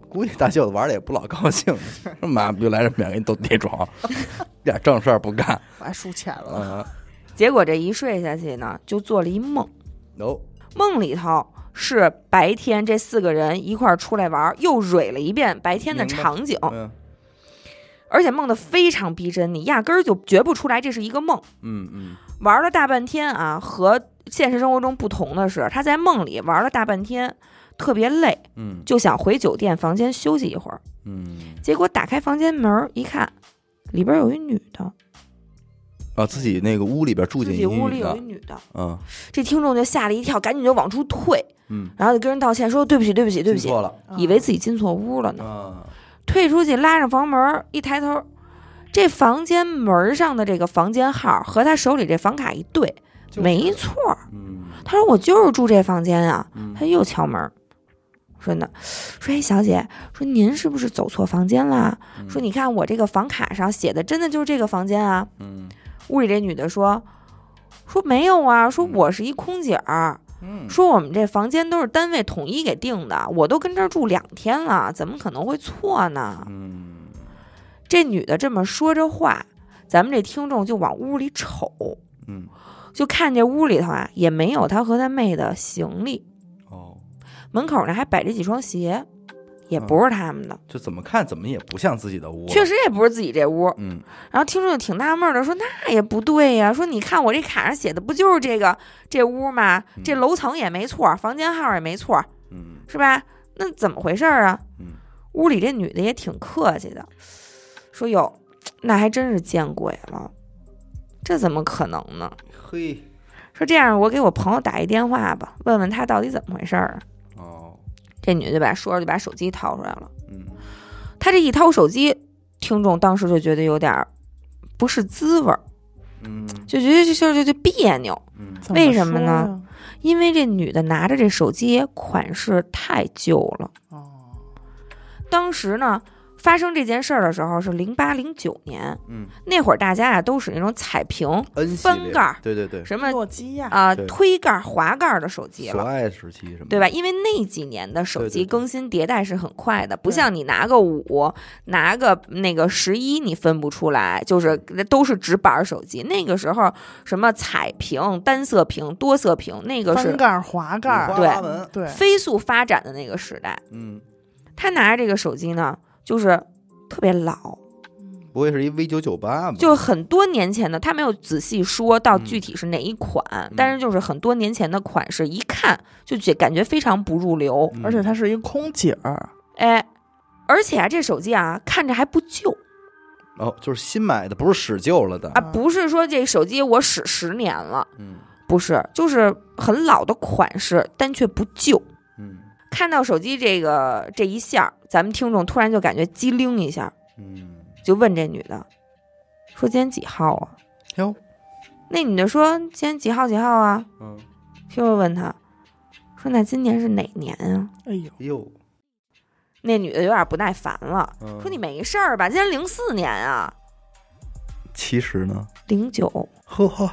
[SPEAKER 1] 估计大舅子玩的也不老高兴， 说妈不就来这么点给你斗地主，一点正事儿不干，
[SPEAKER 2] 我还输钱了，
[SPEAKER 1] 嗯，
[SPEAKER 3] 结果这一睡下去呢，就做了一梦，
[SPEAKER 1] 哦，
[SPEAKER 3] 梦里头是白天这四个人一块儿出来玩儿，又蕊了一遍白天的
[SPEAKER 1] 明白
[SPEAKER 3] 场景，
[SPEAKER 1] 嗯
[SPEAKER 3] 而且梦得非常逼真，你压根儿就觉不出来这是一个梦。
[SPEAKER 1] 嗯嗯
[SPEAKER 3] 玩了大半天啊，和现实生活中不同的是，他在梦里玩了大半天，特别累，
[SPEAKER 1] 嗯
[SPEAKER 3] 就想回酒店房间休息一会儿。
[SPEAKER 1] 嗯，
[SPEAKER 3] 结果打开房间门儿一看，里边有一女的，
[SPEAKER 1] 啊，自己那个屋里边住
[SPEAKER 3] 自
[SPEAKER 1] 进
[SPEAKER 3] 己
[SPEAKER 1] 一
[SPEAKER 3] 屋
[SPEAKER 1] 女
[SPEAKER 3] 里有一
[SPEAKER 1] 的，
[SPEAKER 3] 女的。
[SPEAKER 1] 嗯
[SPEAKER 3] 这听众就吓了一跳，赶紧就往出退，
[SPEAKER 1] 嗯，
[SPEAKER 3] 然后就跟人道歉说：“对不起，对不起，对不
[SPEAKER 1] 记
[SPEAKER 3] 起。嗯
[SPEAKER 1] 错”
[SPEAKER 2] 啊
[SPEAKER 1] 了，
[SPEAKER 3] 以为自己进错屋了呢。
[SPEAKER 1] 啊，
[SPEAKER 3] 退出去拉上房门儿，一抬头，这房间门儿上的这个房间号和他手里这房卡一对，
[SPEAKER 1] 就是
[SPEAKER 3] 没错儿。
[SPEAKER 1] 嗯
[SPEAKER 3] 他说我就是住这房间啊，
[SPEAKER 1] 嗯
[SPEAKER 3] 他又敲门儿，说呢，说哎小姐，说您是不是走错房间啦？
[SPEAKER 1] 嗯
[SPEAKER 3] 说你看我这个房卡上写的真的就是这个房间啊。
[SPEAKER 1] 嗯
[SPEAKER 3] 屋里这女的说，说没有啊，说我是一空姐儿，
[SPEAKER 1] 嗯
[SPEAKER 3] 说我们这房间都是单位统一给定的，我都跟这儿住两天了，怎么可能会错呢？
[SPEAKER 1] 嗯，
[SPEAKER 3] 这女的这么说着话，咱们这听众就往屋里瞅，
[SPEAKER 1] 嗯
[SPEAKER 3] 就看这屋里头啊也没有她和她妹的行李，
[SPEAKER 1] 哦，
[SPEAKER 3] 门口呢还摆着几双鞋，
[SPEAKER 1] 嗯
[SPEAKER 3] 也不是他们的，
[SPEAKER 1] 就怎么看怎么也不像自己的屋，
[SPEAKER 3] 确，实也不是自己这屋。
[SPEAKER 1] 嗯
[SPEAKER 3] 然后听众就挺纳闷的，说那也不对呀、说你看我这卡上写的不就是这个这屋吗？
[SPEAKER 1] 嗯
[SPEAKER 3] 这楼层也没错，房间号也没错，
[SPEAKER 1] 嗯
[SPEAKER 3] 是吧？那怎么回事儿啊？
[SPEAKER 1] 嗯
[SPEAKER 3] 屋里这女的也挺客气的，说哟，那还真是见鬼了，这怎么可能呢？
[SPEAKER 1] 嘿，
[SPEAKER 3] 说这样，我给我朋友打一电话吧，问问他到底怎么回事儿啊。
[SPEAKER 1] 哦，
[SPEAKER 3] 这女的就把说着就把手机掏出来了，
[SPEAKER 1] 嗯
[SPEAKER 3] 她这一掏手机，听众当时就觉得有点儿不是滋味儿，
[SPEAKER 1] 嗯
[SPEAKER 3] 就觉得就就就就别扭，
[SPEAKER 1] 嗯
[SPEAKER 2] 怎
[SPEAKER 3] 为什么
[SPEAKER 2] 说
[SPEAKER 3] 呢因为这女的拿着这手机款式太旧了。
[SPEAKER 2] 呀？哦，
[SPEAKER 3] 当时呢，发生这件事儿的时候是零八零九年，
[SPEAKER 1] 嗯
[SPEAKER 3] 那会儿大家呀都使那种彩屏、
[SPEAKER 1] ，N 系
[SPEAKER 3] 翻
[SPEAKER 1] 列
[SPEAKER 3] 盖儿
[SPEAKER 1] 对对对，
[SPEAKER 3] 什么
[SPEAKER 2] 诺基亚
[SPEAKER 3] 啊、
[SPEAKER 1] 对
[SPEAKER 3] 推盖儿、滑盖儿的手机
[SPEAKER 1] 索
[SPEAKER 3] 了。
[SPEAKER 1] 爱时期什么，
[SPEAKER 3] 对吧？？因为那几年的手
[SPEAKER 1] 对对
[SPEAKER 3] 机
[SPEAKER 1] 对
[SPEAKER 3] 更新迭代是很快的，不
[SPEAKER 2] 对
[SPEAKER 3] 像你拿个五、拿个那个十一，你分不出来，就是
[SPEAKER 1] 嗯
[SPEAKER 3] 都是直板儿手机。那个时候什么彩屏、单色屏、多色屏，那个
[SPEAKER 2] 翻
[SPEAKER 3] 是嗯
[SPEAKER 2] 盖儿、滑盖
[SPEAKER 1] 五
[SPEAKER 2] 儿，
[SPEAKER 1] 花
[SPEAKER 3] 对
[SPEAKER 1] 八门，
[SPEAKER 2] 对，
[SPEAKER 3] 飞速发展的那个时代。
[SPEAKER 1] 嗯，
[SPEAKER 3] 他拿着这个手机呢，就是特别老，
[SPEAKER 1] 不会是一 V 九九八吧？
[SPEAKER 3] 就很多年前的，他没有仔细说到
[SPEAKER 1] 嗯
[SPEAKER 3] 具体是哪一款，但是就是很多年前的款式，一看就觉感觉非常不入流。
[SPEAKER 1] 嗯
[SPEAKER 2] 而且它是一个空姐儿，
[SPEAKER 3] 哎，而且啊，这手机啊看着还不旧
[SPEAKER 1] 哦，就是新买的，不是使旧了的，
[SPEAKER 3] 啊，
[SPEAKER 2] 啊
[SPEAKER 3] 不是说这手机我使十年了，
[SPEAKER 1] 嗯
[SPEAKER 3] 不是，就是很老的款式，但却不旧。
[SPEAKER 1] 嗯
[SPEAKER 3] 看到手机这个这一下儿，咱们听众突然就感觉机灵一下，
[SPEAKER 1] 嗯，
[SPEAKER 3] 就问这女的说：“今天几号啊？”
[SPEAKER 1] 哟，
[SPEAKER 3] 那女的说：“今天几号几号啊
[SPEAKER 1] 嗯，？”
[SPEAKER 3] 听众问她说：“那今年是哪年啊
[SPEAKER 2] 哎呦，
[SPEAKER 1] 哟，？”
[SPEAKER 3] 那女的有点不耐烦了，
[SPEAKER 1] 嗯
[SPEAKER 3] 说：“你没事儿吧？今年零四年啊，
[SPEAKER 1] 其实呢，
[SPEAKER 3] 零九。
[SPEAKER 1] 呵呵，”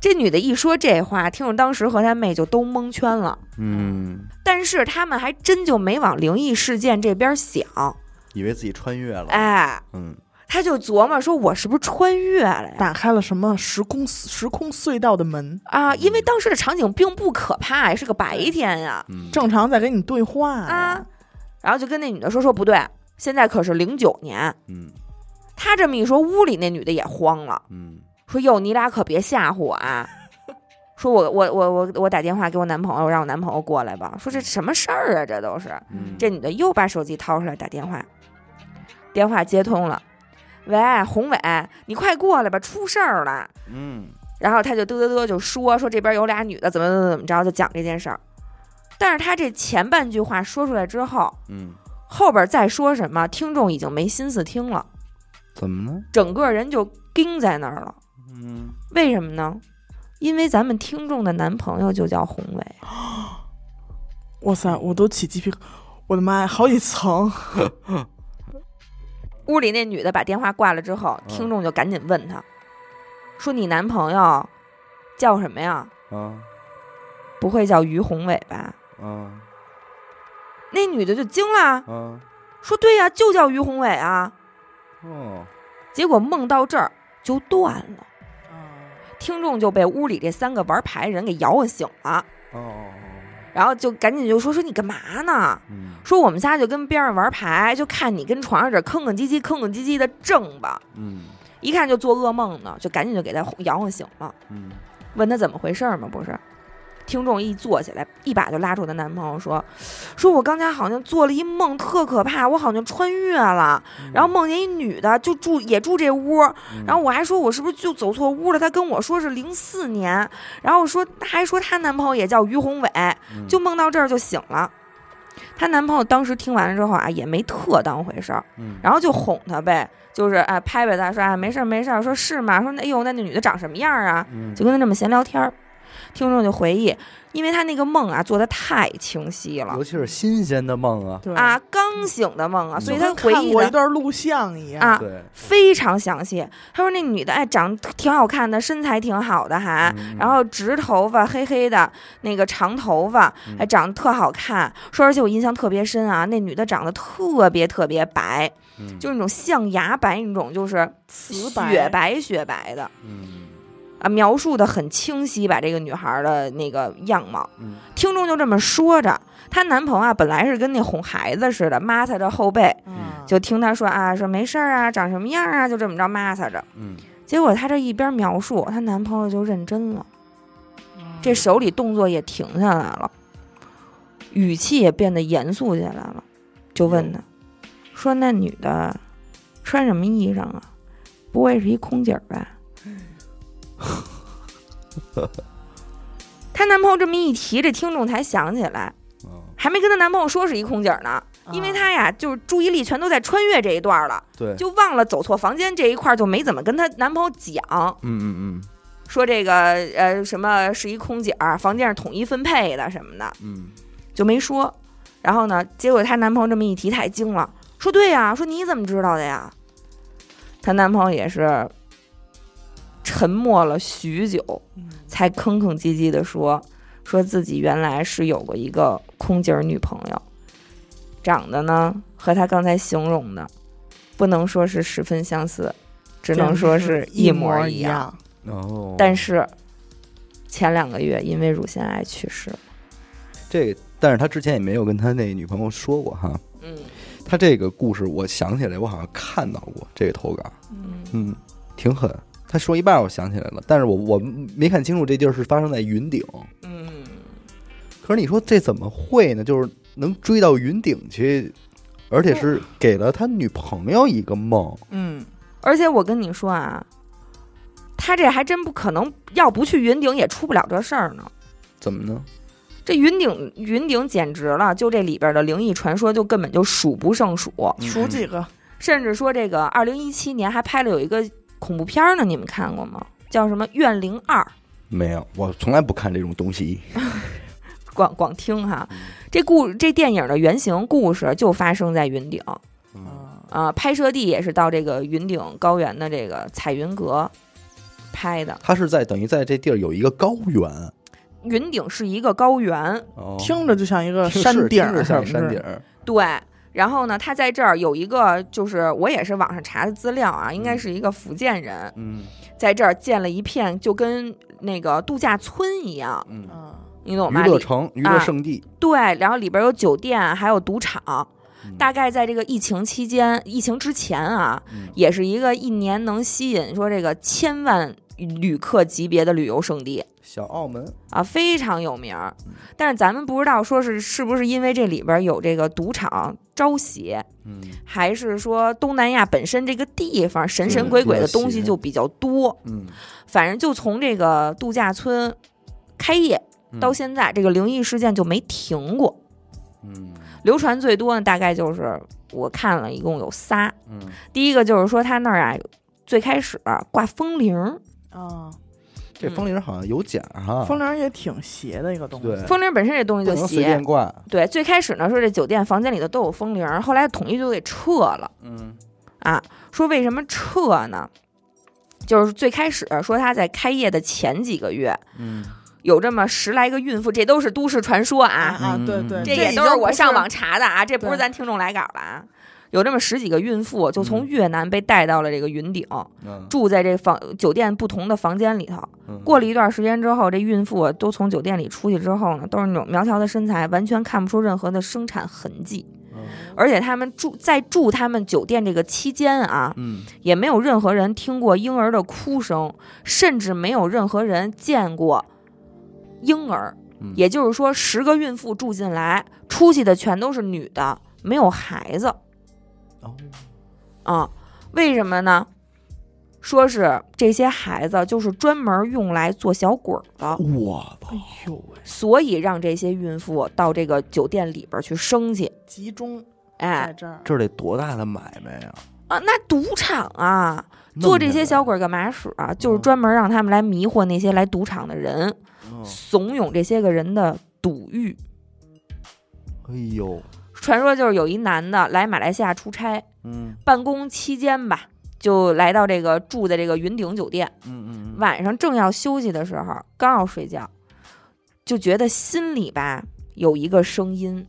[SPEAKER 3] 这女的一说这话，听众当时和她妹就都蒙圈了。
[SPEAKER 1] 嗯，
[SPEAKER 3] 但是他们还真就没往灵异事件这边想，
[SPEAKER 1] 以为自己穿越了，
[SPEAKER 3] 哎，
[SPEAKER 1] 嗯
[SPEAKER 3] 他就琢磨说：“我是不是穿越了呀？”
[SPEAKER 2] 打开了什么时空时空隧道的门？
[SPEAKER 3] 啊，因为当时的场景并不可怕呀，是个白天呀。
[SPEAKER 1] 嗯，
[SPEAKER 2] 正常在跟你对话
[SPEAKER 3] 啊，然后就跟那女的说：“说不对，现在可是零九年。”
[SPEAKER 1] 嗯
[SPEAKER 3] 他这么一说，屋里那女的也慌了，
[SPEAKER 1] 嗯
[SPEAKER 3] 说：“哟，你俩可别吓唬我啊！”说我我我我我打电话给我男朋友，让我男朋友过来吧。说这什么事儿啊？这都是
[SPEAKER 1] 嗯，
[SPEAKER 3] 这女的又把手机掏出来打电话，电话接通了，喂，宏伟，你快过来吧，出事儿了。
[SPEAKER 1] 嗯
[SPEAKER 3] 然后他就嘚嘚嘚就说说这边有俩女的怎么怎么怎么着，就讲这件事儿。但是他这前半句话说出来之后，
[SPEAKER 1] 嗯，
[SPEAKER 3] 后边再说什么，听众已经没心思听了，
[SPEAKER 1] 怎么了？
[SPEAKER 3] 整个人就盯在那儿了。
[SPEAKER 1] 嗯，
[SPEAKER 3] 为什么呢？因为咱们听众的男朋友就叫宏伟，
[SPEAKER 2] 哇塞，我都起鸡皮，我的妈呀，好几层！
[SPEAKER 3] 屋里那女的把电话挂了之后，
[SPEAKER 1] 嗯
[SPEAKER 3] 听众就赶紧问他，说你男朋友叫什么呀？
[SPEAKER 1] 啊
[SPEAKER 3] 不会叫于宏伟吧？
[SPEAKER 1] 啊
[SPEAKER 3] 那女的就惊了，
[SPEAKER 1] 啊，
[SPEAKER 3] 说对呀、就叫于宏伟啊。
[SPEAKER 1] 哦，
[SPEAKER 3] 结果梦到这儿就断了，啊听众就被屋里这三个玩牌人给摇醒了，
[SPEAKER 1] 哦哦，
[SPEAKER 3] 然后就赶紧就说说你干嘛呢？
[SPEAKER 1] 嗯
[SPEAKER 3] 说我们仨就跟边上玩牌，就看你跟床上这吭吭唧唧、吭吭唧唧的正吧。
[SPEAKER 1] 嗯
[SPEAKER 3] 一看就做噩梦呢，就赶紧就给他摇晃醒了，
[SPEAKER 1] 嗯，
[SPEAKER 3] 问他怎么回事儿嘛，不是。听众一坐起来，一把就拉住她男朋友说：“说我刚才好像做了一梦，特可怕，我好像穿越了，然后梦见一女的，就住也住这屋，
[SPEAKER 1] 嗯，
[SPEAKER 3] 然后我还说我是不是就走错屋了？她跟我说是零四年，然后说还说她男朋友也叫于宏伟，
[SPEAKER 1] 嗯
[SPEAKER 3] 就梦到这儿就醒了。她男朋友当时听完了之后啊，也没特当回事儿，
[SPEAKER 1] 嗯
[SPEAKER 3] 然后就哄她呗，就是啊拍拍她说啊没事儿没事儿，说是吗？说哎呦那那女的长什么样啊？
[SPEAKER 1] 嗯
[SPEAKER 3] 就跟她这么闲聊天儿。听众就回忆，因为她那个梦啊做的太清晰了
[SPEAKER 1] 尤其是新鲜的梦啊，
[SPEAKER 2] 对
[SPEAKER 3] 啊，刚醒的梦啊，所以
[SPEAKER 2] 就
[SPEAKER 3] 她
[SPEAKER 2] 跟
[SPEAKER 3] 回
[SPEAKER 2] 看
[SPEAKER 3] 忆
[SPEAKER 2] 过一
[SPEAKER 3] 的
[SPEAKER 2] 段录像一样
[SPEAKER 3] 啊
[SPEAKER 1] 对，
[SPEAKER 3] 非常详细。她说那女的哎长得挺好看的，身材挺好的还，
[SPEAKER 1] 嗯
[SPEAKER 3] 哎然后直头发黑黑的，那个长头发
[SPEAKER 1] 嗯
[SPEAKER 3] 还长得特好看。说而且我印象特别深啊，那女的长得特别特别白，
[SPEAKER 1] 嗯
[SPEAKER 3] 就是那种象牙白那种，就是
[SPEAKER 2] 瓷白
[SPEAKER 3] 雪白雪白的
[SPEAKER 1] 嗯
[SPEAKER 3] 啊，描述的很清晰，把这个女孩的那个样貌。
[SPEAKER 1] 嗯
[SPEAKER 3] 听众就这么说着，她男朋友啊本来是跟那哄孩子似的，抹擦着后背，
[SPEAKER 2] 啊
[SPEAKER 3] 就听她说啊说没事儿啊，长什么样啊，就这么着抹擦着。
[SPEAKER 1] 嗯
[SPEAKER 3] 结果她这一边描述，她男朋友就认真了。这手里动作也停下来了，语气也变得严肃起来了，就问他，说那女的穿什么衣裳啊？不会是一空姐儿吧？她男朋友这么一提，这听众才想起来，
[SPEAKER 1] 嗯，
[SPEAKER 3] 还没跟她男朋友说是一空姐儿呢，
[SPEAKER 2] 啊
[SPEAKER 3] 因为她呀，就是注意力全都在穿越这一段了，
[SPEAKER 1] 对，
[SPEAKER 3] 就忘了走错房间这一块儿，就没怎么跟她男朋友讲。
[SPEAKER 1] 嗯嗯
[SPEAKER 3] 说这个呃什么是一空姐儿，房间是统一分配的什么的，
[SPEAKER 1] 嗯
[SPEAKER 3] 就没说。然后呢，结果她男朋友这么一提，她也惊了，说对呀、说你怎么知道的呀？她男朋友也是沉默了许久，
[SPEAKER 2] 嗯
[SPEAKER 3] 才吭吭唧唧地说，说自己原来是有过一个空姐儿女朋友，长得呢和她刚才形容的，不能说是十分相似，只能说是一
[SPEAKER 2] 一
[SPEAKER 3] 模
[SPEAKER 2] 一
[SPEAKER 3] 样。
[SPEAKER 2] 样。
[SPEAKER 1] 嗯，哦，
[SPEAKER 3] 但是前两个月因为乳腺癌去世。
[SPEAKER 1] 这个，但是他之前也没有跟他那女朋友说过哈。
[SPEAKER 3] 嗯
[SPEAKER 1] 他这个故事，我想起来，我好像看到过这个投稿，
[SPEAKER 3] 嗯
[SPEAKER 1] 嗯，挺狠。他说一半，我想起来了，但是我我没看清楚这地儿是发生在云顶。
[SPEAKER 3] 嗯，
[SPEAKER 1] 可是你说这怎么会呢？就是能追到云顶去，而且是给了他女朋友一个梦。
[SPEAKER 2] 嗯，
[SPEAKER 3] 而且我跟你说啊，他这还真不可能，要不去云顶也出不了这事儿呢。
[SPEAKER 1] 怎么呢？
[SPEAKER 3] 这云顶云顶简直了，就这里边的灵异传说就根本就数不胜数，
[SPEAKER 2] 数几个
[SPEAKER 3] 甚至说这个二零一七年还拍了有一个恐怖片儿呢，你们看过吗？叫什么《怨灵二》。
[SPEAKER 1] 没有，我从来不看这种东西。
[SPEAKER 3] 光光听哈，这故这电影的原型故事就发生在云顶，
[SPEAKER 1] 嗯哦
[SPEAKER 2] 啊，
[SPEAKER 3] 啊、拍摄地也是到这个云顶高原的这个彩云阁拍的。
[SPEAKER 1] 他是在等于在这地儿有一个高原，
[SPEAKER 3] 云顶是一个高原，
[SPEAKER 1] 哦
[SPEAKER 2] 听着就像一个
[SPEAKER 3] 呃
[SPEAKER 1] 听
[SPEAKER 2] 山
[SPEAKER 1] 是
[SPEAKER 2] 顶
[SPEAKER 1] 听着
[SPEAKER 2] 儿什
[SPEAKER 1] 像
[SPEAKER 2] 么
[SPEAKER 1] 山
[SPEAKER 2] 似
[SPEAKER 1] 顶
[SPEAKER 2] 的。
[SPEAKER 1] 儿。
[SPEAKER 3] 对。然后呢，他在这儿有一个，就是我也是网上查的资料啊，应该是一个福建人，
[SPEAKER 1] 嗯
[SPEAKER 3] 在这儿建了一片就跟那个度假村一样，
[SPEAKER 1] 嗯
[SPEAKER 2] 嗯，
[SPEAKER 3] 你懂
[SPEAKER 1] 娱
[SPEAKER 3] 吗？
[SPEAKER 1] 乐
[SPEAKER 3] 哦里啊
[SPEAKER 1] 城、娱乐圣地，
[SPEAKER 3] 对，然后里边有酒店，还有赌场。
[SPEAKER 1] 嗯
[SPEAKER 3] 大概在这个疫情期间，疫情之前啊，
[SPEAKER 1] 嗯
[SPEAKER 3] 也是一个一年能吸引说这个千万旅客级别的旅游胜地。
[SPEAKER 1] 小澳门，
[SPEAKER 3] 啊，非常有名儿
[SPEAKER 1] 嗯，
[SPEAKER 3] 但是咱们不知道说是是不是因为这里边儿有这个赌场招邪，
[SPEAKER 1] 嗯
[SPEAKER 3] 还是说东南亚本身这个地方神神
[SPEAKER 1] 对
[SPEAKER 3] 鬼鬼
[SPEAKER 1] 比
[SPEAKER 3] 的
[SPEAKER 1] 较
[SPEAKER 3] 东西
[SPEAKER 1] 嗯邪
[SPEAKER 3] 就比较多。
[SPEAKER 1] 嗯，
[SPEAKER 3] 反正就从这个度假村开业到现在，这个灵异事件就没停过。
[SPEAKER 1] 嗯
[SPEAKER 3] 流传最多的大概就是我看了一共有仨，
[SPEAKER 1] 嗯
[SPEAKER 3] 第一个就是说他那儿啊，最开始啊挂风铃儿，
[SPEAKER 2] 啊，
[SPEAKER 3] 哦
[SPEAKER 1] 这风铃好像有假哈，
[SPEAKER 2] 风铃也挺邪的一个东
[SPEAKER 1] 对
[SPEAKER 2] 西。
[SPEAKER 3] 风铃儿本身这东西
[SPEAKER 1] 不
[SPEAKER 3] 就
[SPEAKER 1] 能随
[SPEAKER 3] 邪
[SPEAKER 1] 便，挂，
[SPEAKER 3] 对，最开始呢说这酒店房间里头都有风铃儿，后来统一就给撤了
[SPEAKER 1] 嗯
[SPEAKER 3] 啊。说为什么撤呢？就是最开始说他在开业的前几个月，
[SPEAKER 1] 嗯
[SPEAKER 3] 有这么十来个孕妇，这都是都市传说
[SPEAKER 2] 啊
[SPEAKER 3] 啊，
[SPEAKER 2] 啊，对
[SPEAKER 1] 嗯
[SPEAKER 2] 对，
[SPEAKER 3] 这
[SPEAKER 2] 已
[SPEAKER 3] 也
[SPEAKER 2] 经
[SPEAKER 3] 都是
[SPEAKER 2] 不
[SPEAKER 3] 我上网查的啊，这不是
[SPEAKER 2] 对
[SPEAKER 3] 咱听众来稿了啊。有这么十几个孕妇就从
[SPEAKER 1] 嗯
[SPEAKER 3] 越南被带到了这个云顶，
[SPEAKER 1] 嗯，
[SPEAKER 3] 住在这房酒店不同的房间里头。
[SPEAKER 1] 嗯
[SPEAKER 3] 过了一段时间之后，这孕妇啊都从酒店里出去之后呢，都是那种苗条的身材，完全看不出任何的生产痕迹。
[SPEAKER 1] 嗯
[SPEAKER 3] 而且他们住在住他们酒店这个期间啊，
[SPEAKER 1] 嗯，
[SPEAKER 3] 也没有任何人听过婴儿的哭声，甚至没有任何人见过婴儿。
[SPEAKER 1] 嗯
[SPEAKER 3] 也就是说，十个孕妇住进来，出去的全都是女的，没有孩子
[SPEAKER 1] 哦，
[SPEAKER 3] 啊？为什么呢？说是这些孩子就是专门用来做小鬼儿的，
[SPEAKER 1] 嗯我操，
[SPEAKER 2] 呦喂，
[SPEAKER 3] 所以让这些孕妇到这个酒店里边儿去生去。
[SPEAKER 2] 集中在
[SPEAKER 3] 哎
[SPEAKER 2] 这儿，
[SPEAKER 1] 这得多大的买卖呀！
[SPEAKER 3] 啊，那赌场啊，做这些小
[SPEAKER 1] 鬼，
[SPEAKER 3] 鬼儿干嘛使啊？就是
[SPEAKER 2] 嗯
[SPEAKER 3] 专门让他们来迷惑那些来赌场的人，
[SPEAKER 1] 嗯
[SPEAKER 3] 怂恿这些个人的赌欲。
[SPEAKER 1] 哎呦，
[SPEAKER 3] 传说就是有一男的来马来西亚出差，
[SPEAKER 1] 嗯
[SPEAKER 3] 办公期间吧，就来到这个住的这个云顶酒店，
[SPEAKER 1] 嗯嗯，嗯，
[SPEAKER 3] 晚上正要休息的时候，刚要睡觉，就觉得心里吧有一个声音，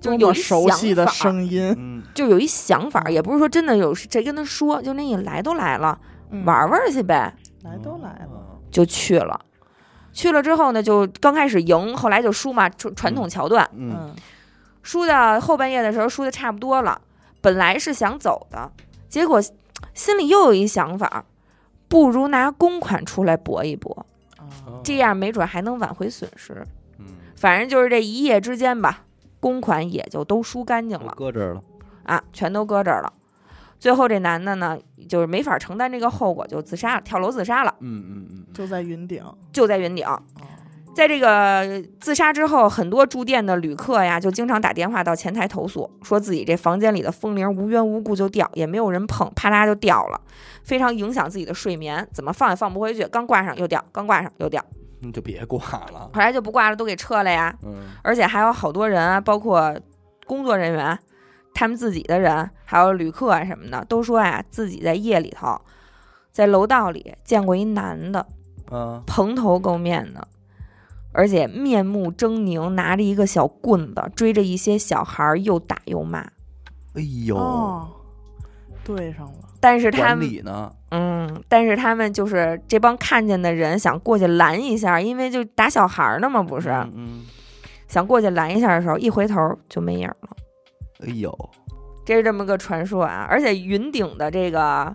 [SPEAKER 3] 就
[SPEAKER 2] 多
[SPEAKER 3] 有
[SPEAKER 2] 么
[SPEAKER 3] 一
[SPEAKER 2] 熟悉的
[SPEAKER 3] 想法
[SPEAKER 2] 声嗯音，
[SPEAKER 1] 嗯，
[SPEAKER 3] 就有一想法，也不是说真的有谁跟他说，就那你来都来了，玩玩去呗，
[SPEAKER 2] 嗯来都来了，
[SPEAKER 1] 了，
[SPEAKER 3] 就去了。去了之后呢，就刚开始赢，后来就输嘛，传传统桥段。
[SPEAKER 1] 嗯
[SPEAKER 2] 嗯，
[SPEAKER 3] 输到后半夜的时候，输的差不多了，本来是想走的，结果心里又有一想法，不如拿公款出来搏一搏，
[SPEAKER 2] 啊
[SPEAKER 3] 这，样没准还能挽回损失。
[SPEAKER 1] 嗯，
[SPEAKER 3] 反正就是这一夜之间吧，公款也就都输干净
[SPEAKER 1] 我
[SPEAKER 3] 了
[SPEAKER 1] 搁这儿了，
[SPEAKER 3] 啊，全都搁这儿了。最后这男的呢，就是没法承担这个后果，就自杀了，跳楼自杀了，
[SPEAKER 1] 嗯嗯嗯嗯，
[SPEAKER 2] 就在云顶，
[SPEAKER 3] 就在云顶。
[SPEAKER 2] 啊
[SPEAKER 3] 在这个自杀之后，很多住店的旅客呀，就经常打电话到前台投诉，说自己这房间里的风铃无缘无故就掉，也没有人碰，啪啦就掉了，非常影响自己的睡眠，怎么放也放不回去，刚挂上又掉，刚挂上又掉，
[SPEAKER 1] 那嗯就别挂了，
[SPEAKER 3] 后来就不挂了，都给撤了呀。
[SPEAKER 1] 嗯
[SPEAKER 3] 而且还有好多人啊，包括工作人员，他们自己的人，还有旅客啊什么的，都说呀，自己在夜里头，在楼道里见过一男的，
[SPEAKER 1] 啊，
[SPEAKER 3] 蓬头垢面的，而且面目狰狞，拿着一个小棍子追着一些小孩儿，又打又骂。
[SPEAKER 1] 哎呦，
[SPEAKER 2] 哦，对上了，
[SPEAKER 3] 但是他
[SPEAKER 1] 管
[SPEAKER 3] 们，
[SPEAKER 1] 理呢？
[SPEAKER 3] 嗯，但是他们就是这帮看见的人想过去拦一下，因为就打小孩儿呢嘛，不
[SPEAKER 1] 不
[SPEAKER 3] 是、啊
[SPEAKER 1] 嗯，
[SPEAKER 3] 想过去拦一下的时候，一回头就没影儿了。
[SPEAKER 1] 嗯哎呦，
[SPEAKER 3] 这是这么个传说啊，而且云顶的这个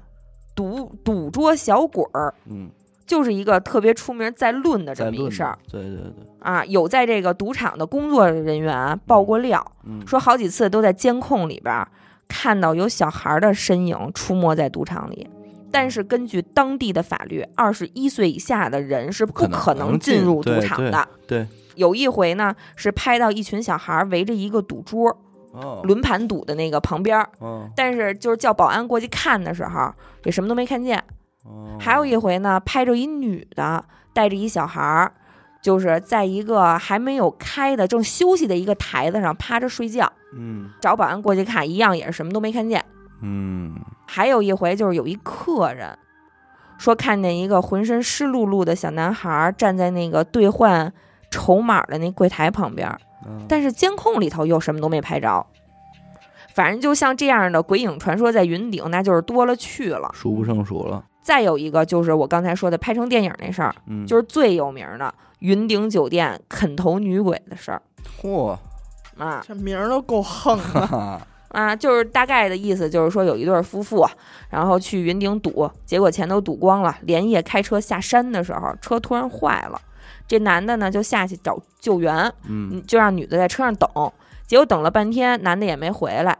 [SPEAKER 3] 赌赌桌小鬼儿，
[SPEAKER 1] 嗯，
[SPEAKER 3] 就是一个特别出名在论的这
[SPEAKER 1] 在
[SPEAKER 3] 么一
[SPEAKER 1] 论
[SPEAKER 3] 事儿
[SPEAKER 1] 呢，对对对，
[SPEAKER 3] 啊。有在这个赌场的工作人员爆过料，
[SPEAKER 1] 嗯，
[SPEAKER 3] 说好几次都在监控里边儿看到有小孩儿的身影出没在赌场里。但是根据当地的法律，二十一岁以下的人是不
[SPEAKER 1] 可能
[SPEAKER 3] 可能进入赌
[SPEAKER 1] 对
[SPEAKER 3] 场
[SPEAKER 1] 对
[SPEAKER 3] 的。
[SPEAKER 1] 对，
[SPEAKER 3] 有一回呢，是拍到一群小孩儿围着一个赌桌，
[SPEAKER 1] 哦，
[SPEAKER 3] 轮盘赌的那个旁边儿，
[SPEAKER 1] 哦，
[SPEAKER 3] 但是就是叫保安过去看的时候，也什么都没看见。
[SPEAKER 1] 哦
[SPEAKER 3] 还有一回呢，拍着一女的带着一小孩儿，就是在一个还没有开的正休息的一个台子上趴着睡觉，
[SPEAKER 1] 嗯
[SPEAKER 3] 找保安过去看，一样也是什么都没看见。
[SPEAKER 1] 嗯，
[SPEAKER 3] 还有一回就是有一客人说看见一个浑身湿漉漉的小男孩儿站在那个兑换筹码的那柜台旁边儿，
[SPEAKER 1] 嗯
[SPEAKER 3] 但是监控里头又什么都没拍着。反正就像这样的鬼影传说在云顶那就是多了去了。
[SPEAKER 1] 数不胜数了，
[SPEAKER 3] 再有一个就是我刚才说的拍成电影那事儿，
[SPEAKER 1] 嗯，
[SPEAKER 3] 就是最有名的云顶酒店啃头女鬼的事儿
[SPEAKER 1] 嚯，
[SPEAKER 3] 啊
[SPEAKER 2] 这名儿都够横
[SPEAKER 1] 哈
[SPEAKER 2] 的，
[SPEAKER 1] 哈，
[SPEAKER 3] 啊，就是大概的意思就是说有一对儿夫妇，然后去云顶赌，结果钱都赌光了，连夜开车下山的时候，车突然坏了，这男的呢就下去找救援，
[SPEAKER 1] 嗯
[SPEAKER 3] 嗯就让女的在车上等，结果等了半天，男的也没回来。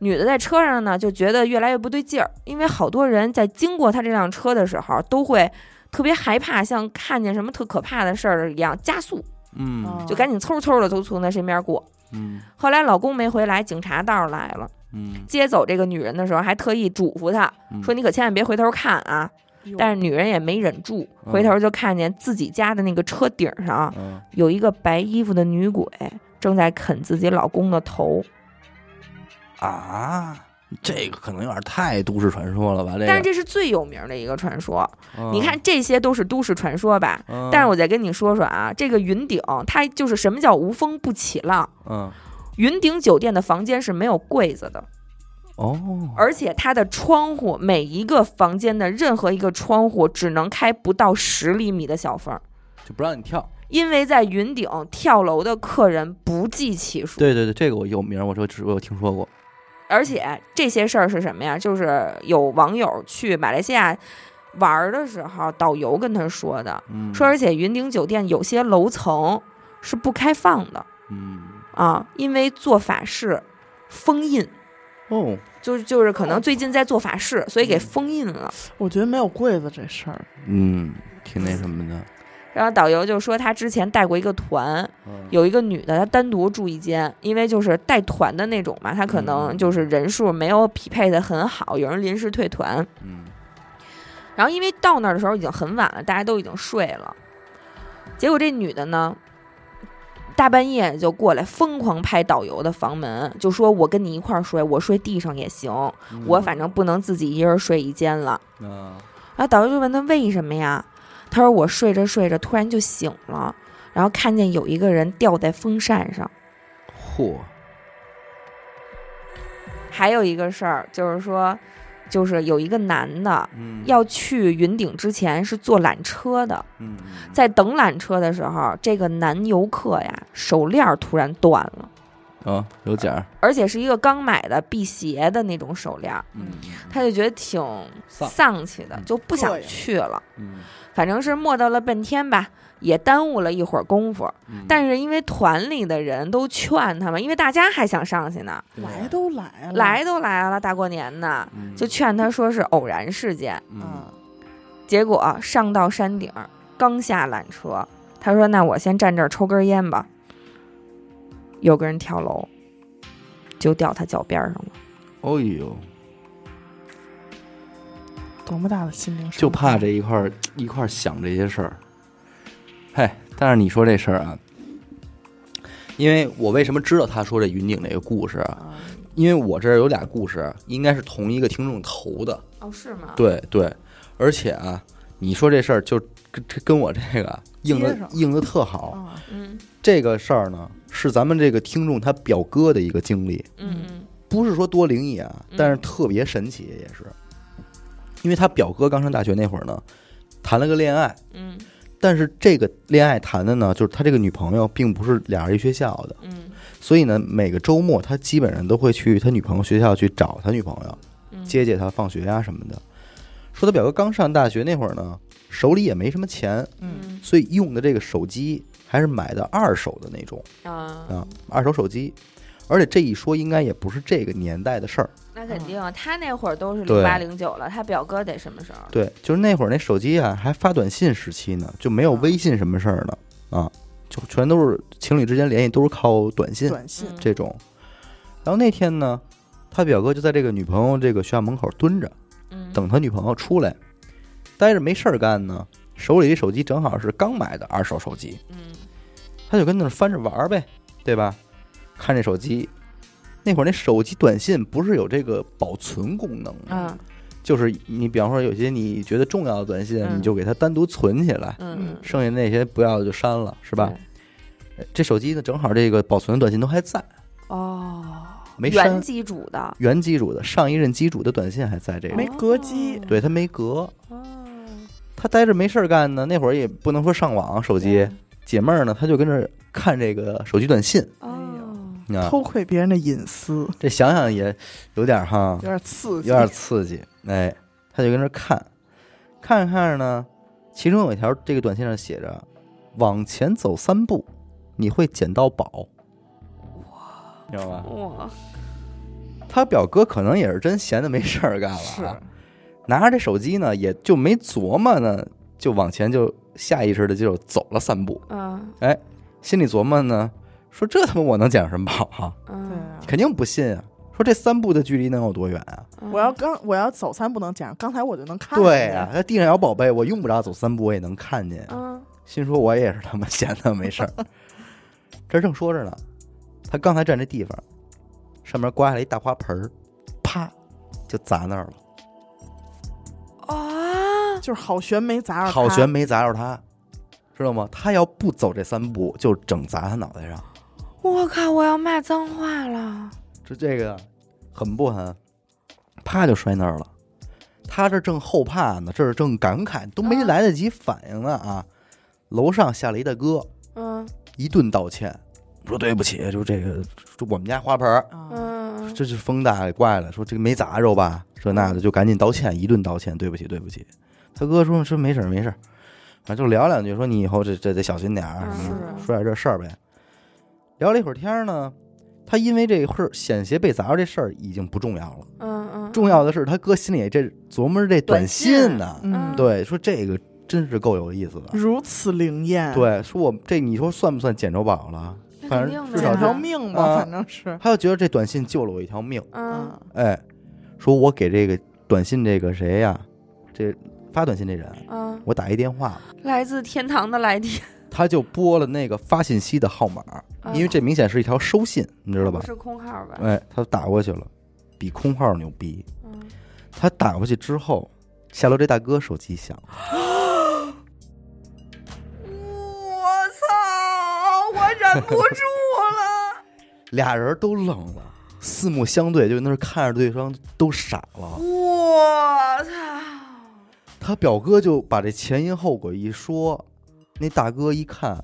[SPEAKER 3] 女的在车上呢，就觉得越来越不对劲儿，因为好多人在经过她这辆车的时候，都会特别害怕，像看见什么特可怕的事儿一样加速，
[SPEAKER 1] 嗯
[SPEAKER 3] 就赶紧嗖嗖的就从她身边过。
[SPEAKER 1] 嗯
[SPEAKER 3] 后来老公没回来，警察倒是来了，
[SPEAKER 1] 嗯，
[SPEAKER 3] 接走这个女人的时候还特意嘱咐她
[SPEAKER 1] 嗯
[SPEAKER 3] 说：“你可千万别回头看啊！”
[SPEAKER 2] 哟
[SPEAKER 3] 但是女人也没忍住，回头就看见自己家的那个车顶上啊
[SPEAKER 1] 嗯，
[SPEAKER 3] 有一个白衣服的女鬼正在啃自己老公的头，
[SPEAKER 1] 啊，这个可能有点太都市传说了吧？这个，
[SPEAKER 3] 但是这是最有名的一个传说。
[SPEAKER 1] 嗯
[SPEAKER 3] 你看，这些都是都市传说吧？
[SPEAKER 1] 嗯
[SPEAKER 3] 但是我再跟你说说啊，这个云顶它就是什么叫无风不起浪。
[SPEAKER 1] 嗯，
[SPEAKER 3] 云顶酒店的房间是没有柜子的，
[SPEAKER 1] 哦，
[SPEAKER 3] 而且它的窗户每一个房间的任何一个窗户只能开不到十厘米的小缝儿，
[SPEAKER 1] 就不让你跳，
[SPEAKER 3] 因为在云顶跳楼的客人不计其数。
[SPEAKER 1] 对对对，这个我有名儿，我说我有听说过。
[SPEAKER 3] 而且这些事儿是什么呀？就是有网友去马来西亚玩儿的时候，导游跟他说的，
[SPEAKER 1] 嗯，
[SPEAKER 3] 说而且云顶酒店有些楼层是不开放的
[SPEAKER 1] 嗯
[SPEAKER 3] 啊，因为做法事封印，
[SPEAKER 1] 哦，
[SPEAKER 3] 就是就是可能最近在做法事，所以给封印了。
[SPEAKER 2] 我觉得没有柜子这事儿，
[SPEAKER 1] 嗯，挺那什么的。
[SPEAKER 3] 然后导游就说他之前带过一个团，
[SPEAKER 1] 嗯
[SPEAKER 3] 有一个女的，她单独住一间，因为就是带团的那种嘛，她可能就是人数没有匹配的很好，有人临时退团。
[SPEAKER 1] 嗯
[SPEAKER 3] 然后因为到那儿的时候已经很晚了，大家都已经睡了。结果这女的呢，大半夜就过来疯狂拍导游的房门，就说：“我跟你一块儿睡，我睡地上也行，我反正不能自己一人睡一间了。
[SPEAKER 1] 嗯”
[SPEAKER 3] 然后导游就问他为什么呀？他说：“我睡着睡着突然就醒了，然后看见有一个人吊在风扇上。”
[SPEAKER 1] 嚯，
[SPEAKER 3] 还有一个事儿就是说，就是有一个男的
[SPEAKER 1] 嗯
[SPEAKER 3] 要去云顶之前是坐缆车的。
[SPEAKER 1] 嗯嗯
[SPEAKER 3] 在等缆车的时候，这个男游客呀手链儿突然断了，
[SPEAKER 1] 啊有奖儿，
[SPEAKER 3] 而且是一个刚买的辟邪的那种手链儿，
[SPEAKER 1] 嗯
[SPEAKER 3] 他就觉得挺
[SPEAKER 1] 丧
[SPEAKER 3] 丧气的，
[SPEAKER 1] 嗯
[SPEAKER 3] 就不想
[SPEAKER 2] 膈应
[SPEAKER 3] 去了。
[SPEAKER 1] 嗯
[SPEAKER 3] 反正是磨叨了半天吧，也耽误了一会儿功夫。
[SPEAKER 1] 嗯，
[SPEAKER 3] 但是因为团里的人都劝他们，因为大家还想上去呢，
[SPEAKER 1] 对
[SPEAKER 2] 来都来了，
[SPEAKER 3] 来都来了，大过年的，
[SPEAKER 1] 嗯
[SPEAKER 3] 就劝他说是偶然事件。
[SPEAKER 1] 嗯
[SPEAKER 2] 啊，
[SPEAKER 3] 结果啊上到山顶儿，刚下缆车，他说：“那我先站这儿抽根烟吧。”有个人跳楼，就掉他脚边上了。
[SPEAKER 1] 哦呦，
[SPEAKER 2] 多么大的心灵伤害，
[SPEAKER 1] 就怕这一块儿一块儿想这些事儿。嘿，但是你说这事儿啊，因为我为什么知道他说这云顶这个故事啊？
[SPEAKER 2] 啊
[SPEAKER 1] 因为我这儿有俩故事，应该是同一个听众投的。
[SPEAKER 3] 哦，是吗？
[SPEAKER 1] 对对，而且啊，你说这事儿就跟这跟我这个应
[SPEAKER 2] 接
[SPEAKER 1] 的
[SPEAKER 2] 上
[SPEAKER 1] 应的特好。
[SPEAKER 2] 啊
[SPEAKER 3] 嗯
[SPEAKER 1] 这个事儿呢，是咱们这个听众他表哥的一个经历，
[SPEAKER 3] 嗯
[SPEAKER 1] 不是说多灵异啊，
[SPEAKER 3] 嗯
[SPEAKER 1] 但是特别神奇，也是，因为他表哥刚上大学那会儿呢，谈了个恋爱，
[SPEAKER 3] 嗯
[SPEAKER 1] 但是这个恋爱谈的呢，就是他这个女朋友并不是俩人一学校的，
[SPEAKER 3] 嗯
[SPEAKER 1] 所以呢，每个周末他基本上都会去他女朋友学校去找他女朋友，
[SPEAKER 3] 嗯，
[SPEAKER 1] 接接她放学呀、什么的。说他表哥刚上大学那会儿呢，手里也没什么钱，
[SPEAKER 2] 嗯，
[SPEAKER 1] 所以用的这个手机还是买的二手的那种
[SPEAKER 3] 啊，
[SPEAKER 1] 啊，二手手机。而且这一说应该也不是这个年代的事儿，
[SPEAKER 3] 那肯定，啊他那会儿都是
[SPEAKER 1] 对
[SPEAKER 3] 零八零九了，他表哥得什么时候？
[SPEAKER 1] 对，就是那会儿那手机啊还发短信时期呢，就没有
[SPEAKER 3] 啊
[SPEAKER 1] 微信什么事儿呢啊，就全都是情侣之间联系都是靠短信
[SPEAKER 2] 短信
[SPEAKER 3] 嗯
[SPEAKER 1] 这种。然后那天呢，他表哥就在这个女朋友这个学校门口蹲着，
[SPEAKER 3] 嗯，
[SPEAKER 1] 等他女朋友出来，待着没事儿干呢，手里这手机正好是刚买的二手手机，
[SPEAKER 3] 嗯
[SPEAKER 1] 他就跟那儿翻着玩儿呗，对吧？看这手机，那会儿那手机短信不是有这个保存功能吗？
[SPEAKER 3] 啊
[SPEAKER 1] 就是你比方说有些你觉得重要的短信，
[SPEAKER 3] 嗯
[SPEAKER 1] 你就给它单独存起来，
[SPEAKER 3] 嗯，
[SPEAKER 1] 剩下那些不要的就删了，是
[SPEAKER 3] 是
[SPEAKER 1] 吧？？这手机呢，正好这个保存的短信都还在，
[SPEAKER 3] 哦，
[SPEAKER 1] 没
[SPEAKER 3] 原
[SPEAKER 1] 删。
[SPEAKER 3] 机主的，
[SPEAKER 1] 原机主的上一任机主的短信还在这个
[SPEAKER 2] 没，隔机
[SPEAKER 1] 对他没隔，
[SPEAKER 3] 哦，
[SPEAKER 1] 他待着没事儿干呢，那会儿也不能说上网，啊手机解闷儿呢，他就跟这看这个手机短信
[SPEAKER 3] 哦，
[SPEAKER 1] 啊，
[SPEAKER 2] 偷窥别人的隐私，
[SPEAKER 1] 这想想也有点儿哈
[SPEAKER 2] 有，点刺
[SPEAKER 1] 嗯
[SPEAKER 2] 激，
[SPEAKER 1] 有点刺激，哎，他就跟这看，看着看着呢，其中有一条这个短信上写着：“往前走三步，你会捡到宝。”你知道吧？
[SPEAKER 3] 哇，
[SPEAKER 1] 他表哥可能也是真闲的没事儿干了、啊，拿着这手机呢，也就没琢磨呢，就往前就下意识的就走了三步，
[SPEAKER 3] 嗯
[SPEAKER 1] 心里琢磨呢，说这他妈我能捡什么宝啊？
[SPEAKER 2] 对
[SPEAKER 3] 嗯，
[SPEAKER 2] 啊。
[SPEAKER 1] 肯定不信啊！说这三步的距离能有多远啊？
[SPEAKER 2] 我要刚我要走三不能讲，刚才我就能看见。
[SPEAKER 1] 对啊，那地上有宝贝，我用不着走三步我也能看见啊。
[SPEAKER 3] 嗯
[SPEAKER 1] 心说我也是他妈闲的没事儿，这正说着呢，他刚才站这地方，上面刮下来一大花盆儿，啪就砸那儿了。
[SPEAKER 3] 啊，
[SPEAKER 2] 就是好悬没砸着他，
[SPEAKER 1] 好悬没砸着他，知道吗？他要不走这三步，就整砸他脑袋上。
[SPEAKER 3] 我靠！我要骂脏话了。
[SPEAKER 1] 这这个狠不狠？啪就摔那儿了。他这正后怕呢，这正感慨，都没
[SPEAKER 3] 啊
[SPEAKER 1] 来得及反应呢啊！楼上下来一大哥，
[SPEAKER 3] 嗯
[SPEAKER 1] 一顿道歉，说对不起，就这个就我们家花盆儿，
[SPEAKER 2] 啊，
[SPEAKER 3] 嗯，
[SPEAKER 1] 这是风大给怪了，说这个没砸着吧，这那的就赶紧道歉，一顿道歉，对不起，对不起。他哥说说没事儿没事儿，反正就聊两句，说你以后这这得小心点儿，
[SPEAKER 3] 嗯
[SPEAKER 1] 什么
[SPEAKER 2] 是
[SPEAKER 1] 说点这事儿呗。聊了一会儿天儿呢，他因为这会儿险些被砸着这事儿已经不重要了，
[SPEAKER 3] 嗯嗯，
[SPEAKER 1] 重要的是他哥心里这琢磨着这短信呢，
[SPEAKER 2] 嗯，
[SPEAKER 1] 对，说这个真是够有意思的，
[SPEAKER 2] 如此灵验，，
[SPEAKER 1] 对，说我这你说算不算捡着宝了？
[SPEAKER 3] 那
[SPEAKER 1] 反
[SPEAKER 3] 肯
[SPEAKER 1] 正
[SPEAKER 3] 定
[SPEAKER 1] 至少
[SPEAKER 2] 捡
[SPEAKER 3] 的呀
[SPEAKER 1] 是
[SPEAKER 2] 条命吧，
[SPEAKER 1] 啊
[SPEAKER 2] 反正是，
[SPEAKER 1] 他就觉得这短信救了我一条命，
[SPEAKER 3] 嗯，
[SPEAKER 1] 哎，说我给这个短信这个谁呀、这发短信这人，
[SPEAKER 3] 嗯，
[SPEAKER 1] 我打一电话，
[SPEAKER 3] 来自天堂的来电，
[SPEAKER 1] 他就拨了那个发信息的号码，因为这明显是一条收信，你知道吧
[SPEAKER 3] 不？是空号吧？
[SPEAKER 1] 哎，他打过去了，比空号牛逼。
[SPEAKER 3] 嗯，
[SPEAKER 1] 他打过去之后，下楼这大哥手机响了，
[SPEAKER 3] 我操，我忍不住了，
[SPEAKER 1] 俩人都愣了，四目相对，就在那儿看着对方都傻了。
[SPEAKER 3] 我操。
[SPEAKER 1] 他表哥就把这前因后果一说，那大哥一看，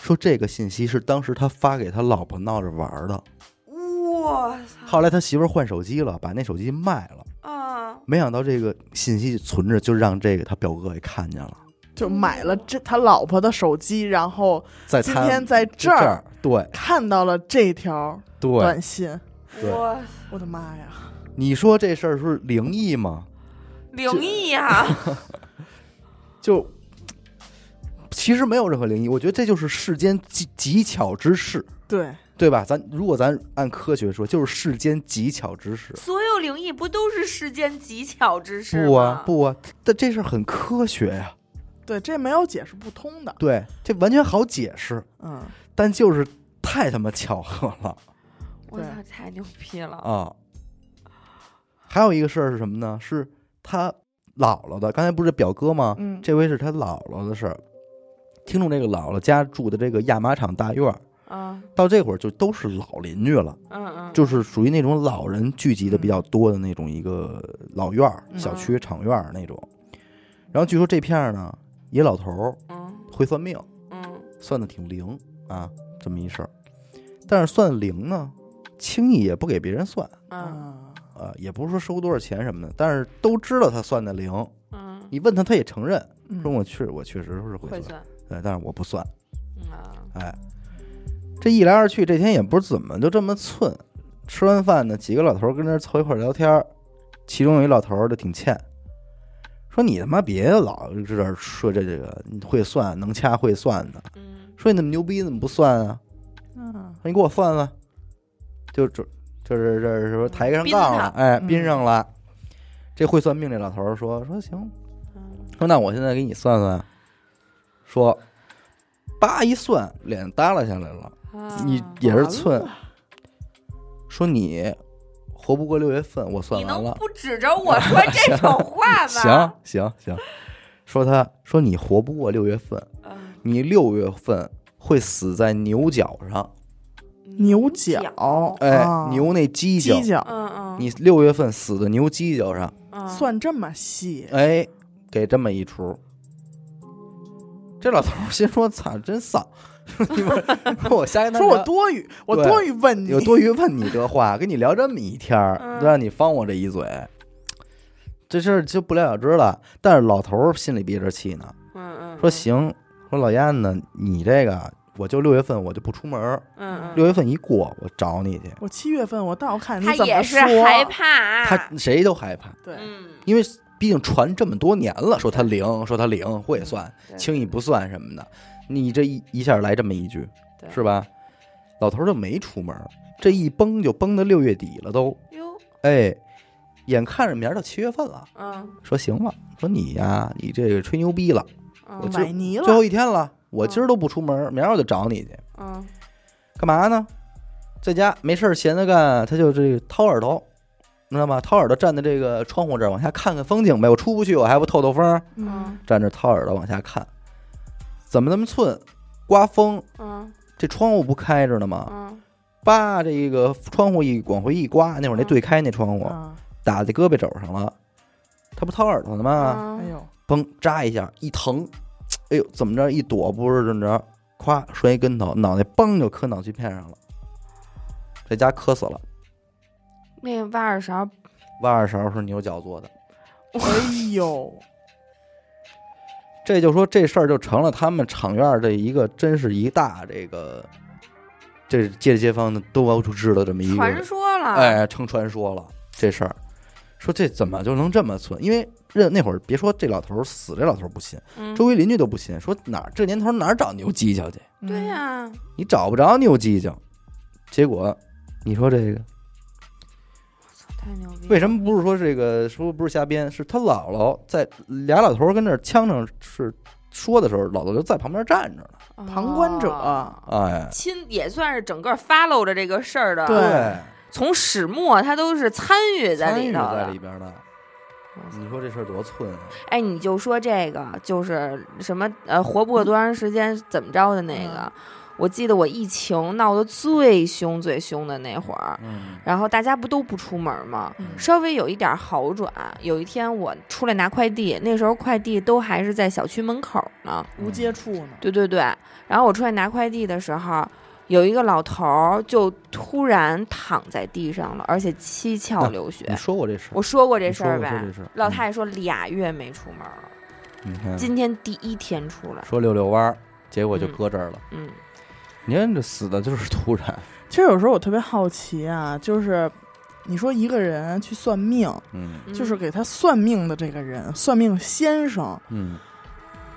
[SPEAKER 1] 说这个信息是当时他发给他老婆闹着玩儿
[SPEAKER 2] 啊
[SPEAKER 1] 的。
[SPEAKER 3] 我操
[SPEAKER 1] 后来他媳妇儿换手机了，把那手机卖了，
[SPEAKER 3] 啊！
[SPEAKER 1] 没想到这个信息存着，就让这个他表哥给看见了，
[SPEAKER 2] 就买了这他老婆的手机，然后
[SPEAKER 1] 在
[SPEAKER 2] 今
[SPEAKER 1] 他
[SPEAKER 2] 天在
[SPEAKER 1] 这
[SPEAKER 2] 这儿
[SPEAKER 1] 对
[SPEAKER 2] 看到了这条
[SPEAKER 1] 对，
[SPEAKER 2] 短信，
[SPEAKER 1] 对
[SPEAKER 3] 我
[SPEAKER 2] 我的妈呀！
[SPEAKER 1] 你说这事儿是灵异吗？
[SPEAKER 3] 灵异啊呀！
[SPEAKER 1] 就其实没有任何灵异，我觉得这就是世间极极巧之事，
[SPEAKER 2] 对，
[SPEAKER 1] 对吧？咱如果咱按科学说，就是世间极巧之事。
[SPEAKER 3] 所有灵异不都是世间极巧之事
[SPEAKER 1] 不啊
[SPEAKER 3] 吗？
[SPEAKER 1] 不啊，但这事儿很科学呀、
[SPEAKER 2] 对，这没有解释不通的，
[SPEAKER 1] 对，这完全好解释，
[SPEAKER 2] 嗯，
[SPEAKER 1] 但就是太他妈巧合了
[SPEAKER 3] 我操，太牛逼了！
[SPEAKER 1] 啊！还有一个事儿是什么呢？是他姥姥的，刚才不是表哥吗？
[SPEAKER 2] 嗯
[SPEAKER 1] 这回是他姥姥的事儿。听众这个姥姥家住的这个亚麻厂大院儿，
[SPEAKER 3] 啊
[SPEAKER 1] 到这会儿就都是老邻居了，
[SPEAKER 3] 嗯嗯，
[SPEAKER 1] 就是属于那种老人聚集的比较多的那种一个老院儿、
[SPEAKER 2] 嗯
[SPEAKER 1] 小区、厂院儿那种。然后据说这片儿呢，也老头儿
[SPEAKER 3] 嗯
[SPEAKER 1] 会算命，
[SPEAKER 3] 嗯
[SPEAKER 1] 算的挺灵啊，这么一事儿。但是算灵呢，轻易也不给别人算，
[SPEAKER 3] 嗯
[SPEAKER 2] 啊，
[SPEAKER 1] 呃，也不是说收多少钱什么的，但是都知道他算的灵。
[SPEAKER 3] 嗯，
[SPEAKER 1] 你问他，他也承认，
[SPEAKER 2] 嗯
[SPEAKER 1] 说我确我确实是会
[SPEAKER 3] 会
[SPEAKER 1] 算，
[SPEAKER 3] 算
[SPEAKER 1] 对，但是我不算。
[SPEAKER 3] 嗯啊
[SPEAKER 1] 哎，这一来二去，这天也不是怎么就这么寸。吃完饭呢，几个老头儿跟这儿凑一块儿聊天儿，其中有一老头儿就挺欠，说你他妈别老这这说这这个你会算能掐会算的，
[SPEAKER 3] 嗯
[SPEAKER 1] 说你怎么牛逼怎么不算啊？
[SPEAKER 2] 嗯
[SPEAKER 1] 说你给我算算，就这就是这是说抬上
[SPEAKER 3] 宾
[SPEAKER 1] 杠了
[SPEAKER 3] 他，
[SPEAKER 1] 哎，
[SPEAKER 2] 嗯
[SPEAKER 1] 宾上了。这会算命这老头儿说说行，
[SPEAKER 3] 嗯
[SPEAKER 1] 说那我现在给你算算，说，叭一算，脸耷拉下来了，
[SPEAKER 3] 啊
[SPEAKER 1] 你也是
[SPEAKER 2] 完
[SPEAKER 1] 寸，说你活不过六月份，我算
[SPEAKER 3] 你
[SPEAKER 1] 完
[SPEAKER 3] 能
[SPEAKER 1] 了，
[SPEAKER 3] 不指着我说这种话吗？
[SPEAKER 1] 行行行，说他说你活不过六月份，
[SPEAKER 3] 嗯，
[SPEAKER 1] 你六月份会死在牛角上，
[SPEAKER 2] 牛角，
[SPEAKER 1] 哎，
[SPEAKER 2] 啊
[SPEAKER 1] 牛那犄角，
[SPEAKER 2] 犄角，
[SPEAKER 3] 嗯嗯，
[SPEAKER 1] 你六月份死在牛犄角上，
[SPEAKER 3] 嗯
[SPEAKER 2] 算这么细，
[SPEAKER 1] 哎，给这么一出。这老头儿心说：“操，真丧！你们说我瞎跟他
[SPEAKER 2] 说我
[SPEAKER 1] 聊
[SPEAKER 2] 多余，我
[SPEAKER 1] 对
[SPEAKER 2] 多余问你，
[SPEAKER 1] 有多余问你这话，跟你聊这么一天儿，
[SPEAKER 3] 嗯
[SPEAKER 1] 就让你方我这一嘴，这事儿就不了了之了。但是老头儿心里憋着气呢，
[SPEAKER 3] 嗯嗯
[SPEAKER 1] 说行，说老燕子，你这个我就六月份我就不出门儿，
[SPEAKER 3] 嗯
[SPEAKER 1] 六
[SPEAKER 3] 嗯，
[SPEAKER 1] 月份一过我找你去。
[SPEAKER 2] 我七月份我倒看你
[SPEAKER 3] 他
[SPEAKER 2] 怎么
[SPEAKER 3] 也是
[SPEAKER 2] 说，
[SPEAKER 3] 害怕，啊
[SPEAKER 1] 啊他谁都害怕，
[SPEAKER 2] 对，
[SPEAKER 3] 嗯
[SPEAKER 1] 因为毕竟传这么多年了，说他灵，说他灵会算，
[SPEAKER 3] 对
[SPEAKER 1] 轻易不算什么的。你这一一下来这么一句，
[SPEAKER 3] 对
[SPEAKER 1] 是吧？老头儿就没出门儿，这一崩就崩到六月底了都。
[SPEAKER 3] 哟
[SPEAKER 1] 哎，眼看着明儿到七月份了，
[SPEAKER 3] 嗯
[SPEAKER 1] 说行了，说你呀，你这个吹牛逼了，我
[SPEAKER 3] 嗯
[SPEAKER 1] 就
[SPEAKER 2] 买泥
[SPEAKER 1] 最
[SPEAKER 2] 了，
[SPEAKER 1] 后一天了，我今儿都不出门，明儿我就找你去，
[SPEAKER 3] 嗯
[SPEAKER 1] 干嘛呢？在家没事儿闲着干，他就这个掏耳朵，你知道吗？掏耳朵站在这个窗户这儿往下看看风景呗，我出不去，我还不透透风，
[SPEAKER 2] 嗯，
[SPEAKER 1] 站着掏耳朵往下看，怎么那么寸？刮风，
[SPEAKER 3] 嗯
[SPEAKER 1] 这窗户不开着呢吗？
[SPEAKER 3] 嗯
[SPEAKER 1] 叭，这个窗户一往回一刮，那会儿那
[SPEAKER 3] 嗯
[SPEAKER 1] 对开那窗 户
[SPEAKER 2] 啊，
[SPEAKER 1] 打在胳膊肘上了，他不掏耳朵呢吗？
[SPEAKER 2] 哎
[SPEAKER 3] 嗯
[SPEAKER 2] 呦，
[SPEAKER 1] 嘣扎一下，一疼，哎呦，怎么着一躲不是怎么着，咵摔一跟头，脑袋嘣就磕脑锯片上了，在家磕死了。
[SPEAKER 3] 那个挖耳勺，
[SPEAKER 1] 挖耳勺是牛角做的，
[SPEAKER 3] 嗯
[SPEAKER 2] 哎呦，
[SPEAKER 1] 这就说这事儿就成了他们厂院儿的一个，真是一大这个，这街街坊的都要知道这么一个
[SPEAKER 3] 传说啊了，
[SPEAKER 1] 哎，成传说了这事儿，说这怎么就能这么损？因为认那会儿，别说这老头儿死，这老头儿不信，
[SPEAKER 3] 嗯，
[SPEAKER 1] 周围邻居都不信，说哪儿这年头哪儿找牛犄角去？
[SPEAKER 2] 嗯
[SPEAKER 3] 对呀、
[SPEAKER 1] 你找不着牛犄角。结果，你说这个
[SPEAKER 3] 太牛逼了！
[SPEAKER 1] 为什么不是说这个说不是瞎编？是他姥姥在俩老头儿跟那儿呛呛是说的时候，姥姥就在旁边站着呢。
[SPEAKER 3] 么
[SPEAKER 2] 旁观者
[SPEAKER 1] 哎，
[SPEAKER 3] 哦亲也算是整个 follow 着这个事儿的，
[SPEAKER 2] 对
[SPEAKER 3] 从始末他都是参与在
[SPEAKER 1] 参
[SPEAKER 3] 里
[SPEAKER 1] 与
[SPEAKER 3] 头
[SPEAKER 1] 在
[SPEAKER 3] 的
[SPEAKER 1] 里。边呢。
[SPEAKER 3] 哇塞
[SPEAKER 1] 你说这事儿多寸啊！
[SPEAKER 3] 哎，你就说这个就是什么呃，活不过多长时间，怎么着的那个，我记得我疫情闹得最凶最凶的那会儿，
[SPEAKER 1] 嗯
[SPEAKER 3] 然后大家不都不出门吗？
[SPEAKER 2] 嗯
[SPEAKER 3] 稍微有一点好转，有一天我出来拿快递，那时候快递都还是在小区门口呢。
[SPEAKER 2] 无接触呢，
[SPEAKER 3] 对对对，然后我出来拿快递的时候，有一个老头儿就突然躺在地上了，而且七窍流血。
[SPEAKER 1] 啊你说过这事儿，
[SPEAKER 3] 我说过这
[SPEAKER 1] 你
[SPEAKER 3] 事
[SPEAKER 1] 说
[SPEAKER 3] 儿
[SPEAKER 1] 过
[SPEAKER 3] 呗
[SPEAKER 1] 说这事儿，嗯
[SPEAKER 3] 老太太说俩月没出门了，
[SPEAKER 1] 你看
[SPEAKER 3] 今天第一天出来，
[SPEAKER 1] 说遛遛弯儿，结果就
[SPEAKER 3] 嗯
[SPEAKER 1] 搁这儿了。
[SPEAKER 3] 嗯，
[SPEAKER 1] 你看这死的就是突然，
[SPEAKER 2] 其实有时候我特别好奇啊，就是你说一个人去算命，
[SPEAKER 1] 嗯
[SPEAKER 2] 就是给他算命的这个人，算命先生，
[SPEAKER 1] 嗯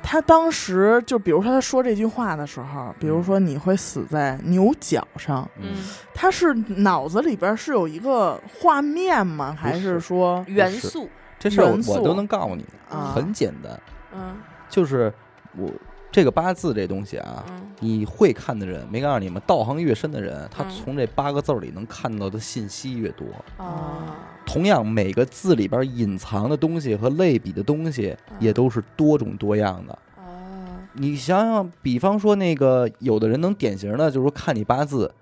[SPEAKER 2] 他当时就比如说他说这句话的时候，
[SPEAKER 1] 嗯
[SPEAKER 2] 比如说你会死在牛角上，
[SPEAKER 3] 嗯
[SPEAKER 2] 他是脑子里边是有一个画面吗？还是说
[SPEAKER 3] 元素，
[SPEAKER 1] 这事儿我
[SPEAKER 2] 元素
[SPEAKER 1] 我都能告诉你，
[SPEAKER 2] 啊？
[SPEAKER 1] 很简单，
[SPEAKER 3] 嗯
[SPEAKER 1] 就是我这个八字这东西啊，
[SPEAKER 3] 嗯
[SPEAKER 1] 你会看的人，没告诉你们，道行越深的人，他
[SPEAKER 3] 嗯
[SPEAKER 1] 从这八个字儿里能看到的信息越多。
[SPEAKER 3] 哦，
[SPEAKER 1] 同样，每个字里边隐藏的东西和类比的东西
[SPEAKER 3] 嗯
[SPEAKER 1] 也都是多种多样的。
[SPEAKER 3] 哦，
[SPEAKER 1] 你想想，比方说那个，有的人能典型的，就是说看你八字，